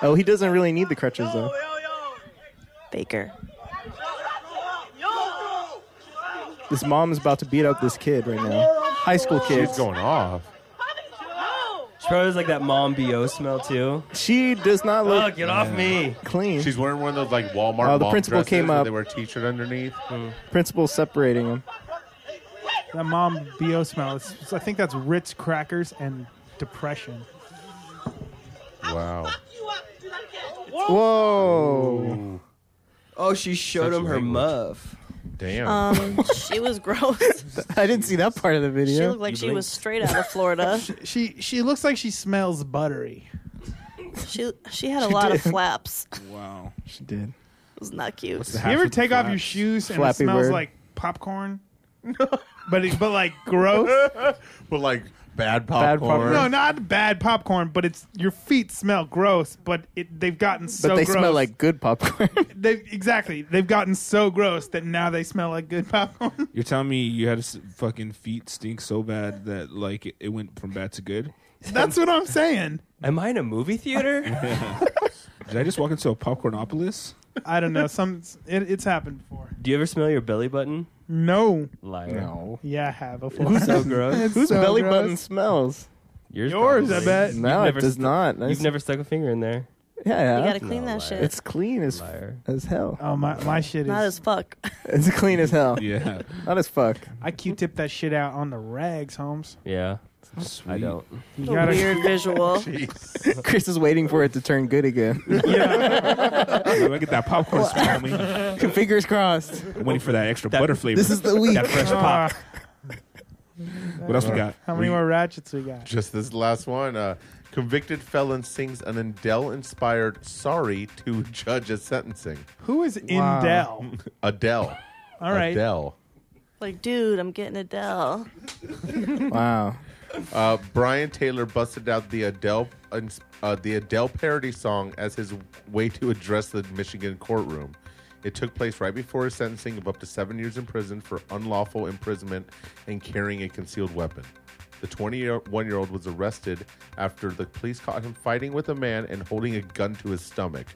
S5: Oh, he doesn't really need the crutches though.
S9: Baker.
S5: This mom is about to beat up this kid right now. High school kid.
S10: She's going off.
S7: She probably has like that mom bo smell too.
S5: She does not
S7: Oh,
S5: look
S7: get off me!
S5: clean.
S10: She's wearing one of those like Walmart.
S5: Oh, the
S10: mom
S5: principal
S10: dresses
S5: came
S10: where
S5: up.
S10: They wear a t-shirt underneath.
S5: Principal separating him.
S6: That mom bo smell. It's, I think that's Ritz crackers and depression.
S10: Wow.
S5: Whoa.
S7: Oh, she showed
S10: Such
S7: him her
S10: language.
S7: muff.
S10: Damn.
S9: Um, she was gross.
S5: I didn't see that part of the
S9: She
S5: video.
S9: looked like she was straight out of Florida.
S6: She she looks like she smells buttery.
S9: She she had a lot of flaps. It
S13: Wow.
S5: She did.
S9: was not cute.
S13: What's Oh. the
S6: You
S13: half
S6: ever
S13: of the
S6: take off your
S13: flaps?
S6: shoes and
S5: Flappy
S6: it smells
S5: Bird.
S6: like popcorn? but it, but like gross.
S10: but like bad
S5: Bad
S10: popcorn.
S6: No, not bad popcorn, but it's your feet smell gross, but it, they've gotten
S5: But
S6: so
S5: they
S6: gross.
S5: smell like good popcorn.
S6: they exactly. They've gotten so gross that now they smell like good popcorn.
S13: You're telling me you had s- fucking feet stink so bad that like it, it went from bad to good?
S6: That's what I'm saying.
S7: Am I in a movie theater?
S13: Did I just walk into a popcornopolis?
S6: I don't know. Some it, it's happened before.
S7: Do you ever smell your belly button?
S6: No.
S7: Liar.
S6: Yeah, I have before.
S7: So gross.
S5: Whose
S6: So
S5: belly
S6: gross.
S5: button smells?
S7: Yours,
S6: Yours, I
S7: probably.
S6: bet.
S5: No, it
S7: never
S5: does
S7: stu-
S5: not. That's-
S7: You've never stuck a finger in there.
S5: Yeah,
S9: You gotta clean
S7: No, liar.
S9: that shit.
S5: it's clean as
S7: Liar.
S5: as hell.
S6: Oh my my shit
S9: not
S6: is.
S9: as fuck.
S5: It's clean as hell.
S13: Yeah.
S5: Not as fuck.
S6: I Q-tip that shit out on the rags, Holmes.
S7: Yeah,
S13: Sweet.
S7: I don't.
S6: You
S9: A weird visual.
S5: Chris is waiting for it to turn good again.
S13: I get that popcorn smell. homie.
S5: Fingers crossed.
S13: I'm waiting for that extra butter flavor.
S5: This is the week.
S13: that fresh
S6: Ah,
S13: pop. What else we got?
S6: how many more ratchets we got?
S10: Uh, Just this last one. Uh, convicted felon sings an Adele-inspired "Sorry" to judge at sentencing.
S6: Who is
S5: Wow.
S6: Indel?
S10: Adele.
S6: All right.
S10: Adele.
S9: Like, dude, I'm getting Adele.
S5: Wow.
S10: Uh, Brian Taylor busted out the Adele uh, the Adele parody song as his way to address the Michigan courtroom. It took place right before his sentencing of up to seven years in prison for unlawful imprisonment and carrying a concealed weapon. The 21 year old was arrested after the police caught him fighting with a man and holding a gun to his stomach.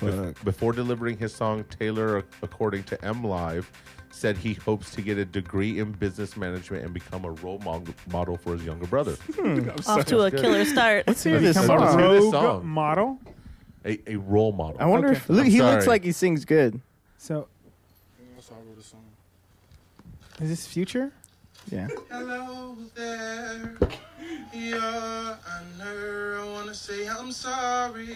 S10: Bef- Before delivering his song, Taylor, according to M Live, said he hopes to get a degree in business management and become a role mon- model for his younger brother.
S9: Off to a
S10: good.
S9: killer start.
S7: Let's hear this
S10: Come
S7: song.
S10: on. Let's hear this
S6: Rogue
S10: song.
S6: model.
S10: A, a role model.
S7: I wonder if look,
S10: I'm
S7: he looks
S10: sorry.
S7: like he sings good.
S6: So, is this future?
S7: Yeah.
S11: Hello there, Your Honor. I wanna say I'm sorry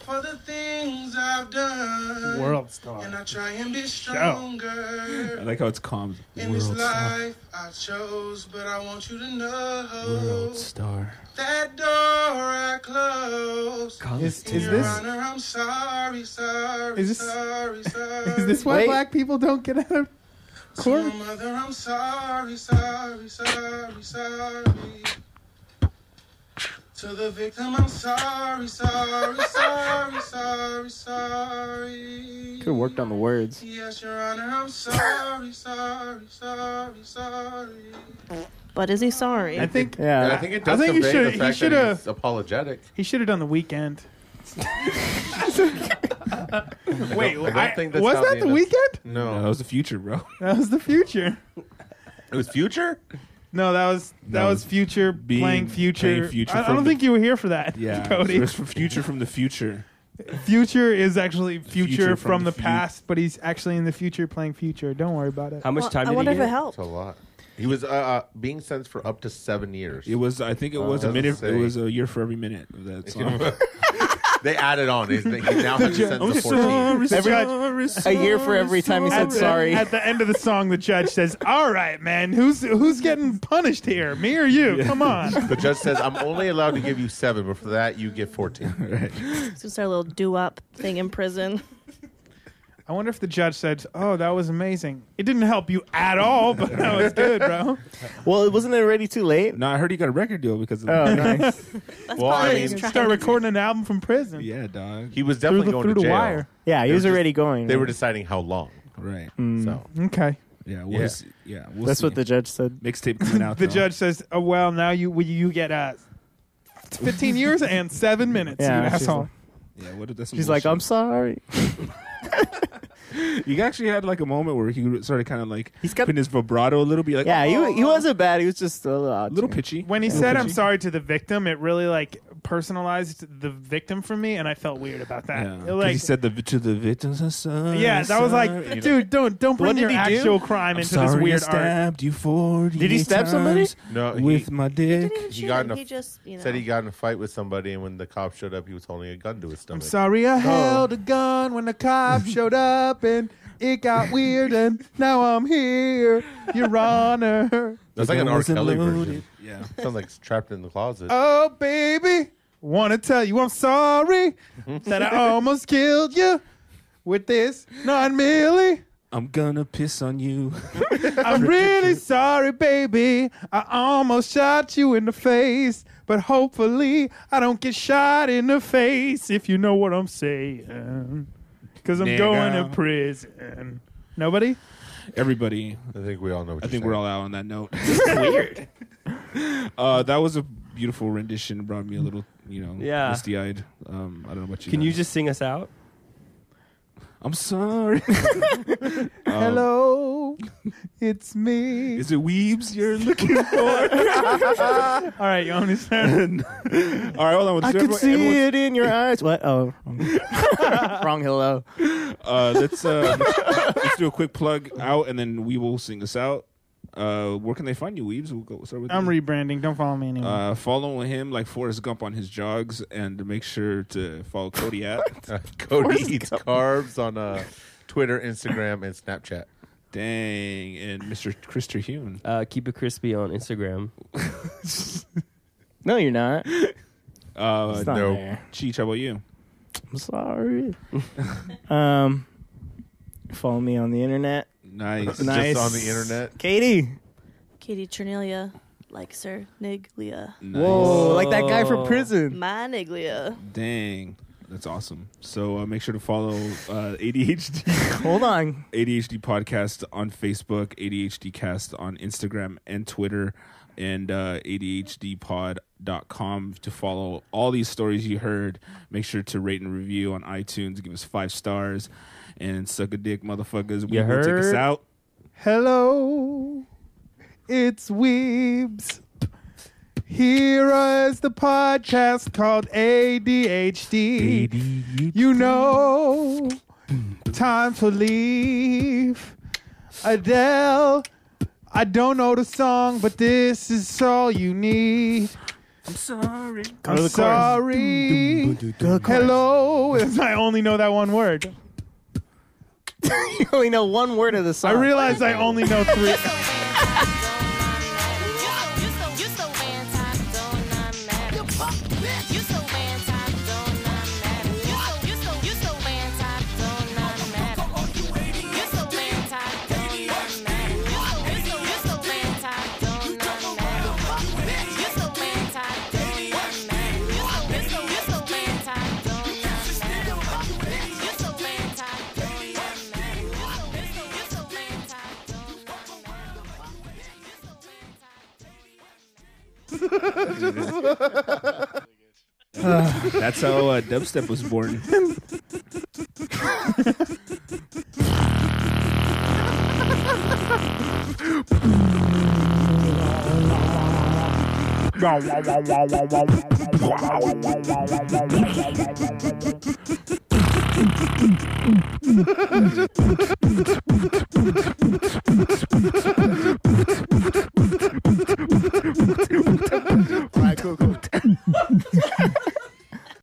S11: for the things I've done.
S6: World
S11: And
S6: star.
S11: I try and be stronger.
S5: I like how it's calm.
S11: In this life I chose, but I want you to know
S5: star.
S11: that door I closed.
S6: Is,
S11: And
S6: is
S11: Your
S6: this
S11: Honor, I'm sorry, sorry,
S6: Is this-
S11: sorry, sorry.
S6: is this why
S7: Wait.
S6: black people don't get out of
S11: To
S6: court?
S11: my mother, I'm sorry, sorry, sorry, sorry. To the victim, I'm sorry, sorry, sorry, sorry, sorry.
S7: Could have worked on the words.
S11: Yes, Your Honor, I'm sorry, sorry, sorry, sorry.
S9: But is he sorry?
S6: I think
S10: And
S7: Yeah.
S10: I think it does
S6: I think you
S10: convey
S6: should-
S10: the fact
S6: you
S10: that
S6: should've-
S10: he's apologetic.
S6: he should have done the weekend.
S10: I
S6: Wait,
S10: don't think that's
S6: was
S10: how
S6: that
S10: they
S6: the
S10: did-
S6: weekend?
S10: Oh,
S5: No, that was the future, bro.
S6: That was the future.
S10: It was Future?
S6: No, that was that
S5: No.
S6: was future
S5: Being-
S6: playing future.
S5: playing Future
S6: I, I
S5: from
S6: don't
S5: the-
S6: think you were here for that.
S5: Yeah,
S6: Cody.
S5: It's for future from the future.
S6: Future is actually future,
S5: Future
S6: from,
S5: from
S6: the
S5: fu-
S6: past, but he's actually in the future playing future. Don't worry about it.
S8: How much
S9: Well,
S8: time
S9: I
S8: did
S9: wonder
S8: he
S9: if it
S8: get?
S9: helped.
S10: It's a lot. He was uh, uh, being sentenced for up to seven years.
S5: It was, I think, it was a
S10: doesn't
S7: Uh,
S5: minute.
S10: say.
S5: It was a year for every minute of that song.
S10: they added on. He's- He now has a sentence of 14.
S7: Every-
S6: sorry,
S7: A year for every time he said
S6: the,
S7: sorry.
S6: At the end of the song, the judge says, "All right, man, who's who's getting punished here? Me or you? Come on."
S10: The judge says, I'm only allowed to give you seven, but for that, you get 14.
S9: It's just our little doo-wop thing in prison.
S6: I wonder if the judge said, "Oh, that was amazing. It didn't help you at all, but that was good, bro."
S7: Well, wasn't it already too late?
S5: no, I heard he got a record deal because of
S7: Oh,
S5: that.
S7: nice.
S9: That's
S10: Well, I
S9: probably
S10: mean,
S9: his trial.
S6: Start recording an album from prison.
S5: Yeah, dog.
S10: He was
S6: Through
S10: definitely
S6: the,
S10: going
S6: through
S10: to
S6: the
S10: jail.
S6: wire.
S7: Yeah, he
S10: They
S7: was
S10: were just-
S7: already going.
S10: They were deciding how long.
S5: Right.
S10: So
S6: Okay.
S5: Yeah. We'll
S10: Yeah.
S5: s- yeah we'll
S7: Mm. That's
S5: see.
S7: what the judge said.
S5: mixtape coming out.
S6: The
S5: though.
S6: judge says, oh, "Well, now you will you get uh, 15 years and seven minutes,
S7: Yeah,
S6: you
S7: she's
S6: asshole."
S7: like-
S5: Yeah. What? That's some
S7: She's like, I'm
S5: bullshit.
S7: sorry.
S5: You actually had like a moment where he started kind of like
S7: He's got-
S5: putting his vibrato a little bit. Like,
S7: Yeah,
S5: oh,
S7: he, he wasn't bad. He was just a little
S5: a
S7: odd.
S5: little pitchy.
S6: When he
S5: Yeah.
S6: said, "I'm
S5: Pitchy.
S6: sorry" to the victim, it really like personalized the victim for me, and I felt weird about that.
S5: Yeah.
S6: It,
S5: 'Cause
S6: like,
S5: he said the to the victims. I'm sorry,
S6: yeah, that was like,
S5: sorry. You know,
S6: dude, don't don't bring
S7: did
S6: your
S7: he do?
S6: actual crime
S5: I'm
S6: into
S5: sorry
S6: this
S5: I
S6: weird art.
S5: stabbed you forty.
S7: Did he stab somebody?
S5: times
S10: No, he-
S5: with my
S9: He
S5: dick.
S9: didn't even
S10: He
S9: shoot
S10: got in
S9: him.
S10: a-
S9: He just, you know.
S10: said he got in a fight with somebody, and when the cop showed up, he was holding a gun to his
S6: I'm
S10: stomach.
S6: sorry,
S5: Oh.
S6: I held a gun when the cop showed up, and it got weird, and now I'm here, Your Honor.
S10: That's like an
S5: Gun
S10: R.
S5: wasn't
S10: Kelly
S5: loaded.
S10: version.
S5: Yeah.
S10: Sounds like it's trapped in the closet.
S7: Uh,
S6: Oh, baby, wanna tell you I'm sorry that I almost killed you with this non milli.
S5: I'm gonna piss on you.
S6: I'm really sorry, baby. I almost shot you in the face, but hopefully I don't get shot in the face if you know what I'm saying. Cause I'm
S5: Nigga.
S6: going to prison. Nobody?
S5: Everybody,
S10: I think we all know. What
S5: I
S10: you're
S5: think
S10: saying.
S5: we're all out on that note. Weird. Uh, that was a beautiful rendition. Brought me a little, you know,
S8: Yeah.
S5: misty eyed. Um, I don't know about you.
S8: Can you
S5: guys.
S8: just sing us out?
S5: I'm sorry. Um,
S6: Hello, it's me.
S5: Oh. Is it Weebs you're looking for?
S6: All right, you understand?
S5: All right, hold on.
S7: I
S5: Let's do
S7: could
S5: everyone-
S7: see
S5: everyone's-
S7: it in your eyes. What? Oh, wrong hello.
S5: Uh, let's uh, let's do a quick plug out, and then we will sing us out. Uh, where can they find you, Weebs? We'll go start with.
S6: I'm
S5: you.
S6: rebranding. Don't follow me anymore.
S5: Uh, follow him like Forrest Gump on his jogs, and make sure to follow Cody at.
S10: Uh, Cody eats carbs on uh, Twitter, Instagram, and Snapchat.
S5: Dang, and Mr. Chris Terhune.
S8: Uh, keep it crispy on Instagram.
S7: No, you're not.
S5: Uh,
S7: It's not
S10: no.
S7: there.
S5: Cheech, how about you?
S7: I'm sorry. um, follow me on the internet.
S5: Nice.
S7: Nice.
S10: Just on the internet.
S7: Katie.
S9: Katie Cornelia. like Sir Niglia.
S10: Mm.
S7: Whoa, like that guy from prison.
S9: My Niglia.
S4: Dang. That's awesome. So uh, make sure to follow uh, ADHD
S7: Hold on.
S4: ADHD podcast on Facebook, ADHD cast on Instagram and Twitter, and uh, ADHDpod.com to follow all these stories you heard. Make sure to rate and review on iTunes. Give us five stars and suck a dick, motherfuckers. We
S6: You
S4: will take us
S6: heard?
S4: out.
S5: Hello, it's Weebs. Here is the podcast called ADHD. You know, time to leave. Adele, I don't know the song, but this is all you need. I'm sorry. I'm sorry. Hello. I only know that one word.
S7: you only know one word of the
S5: I
S7: song.
S5: realize I only know three.
S4: That's how uh, dubstep was born.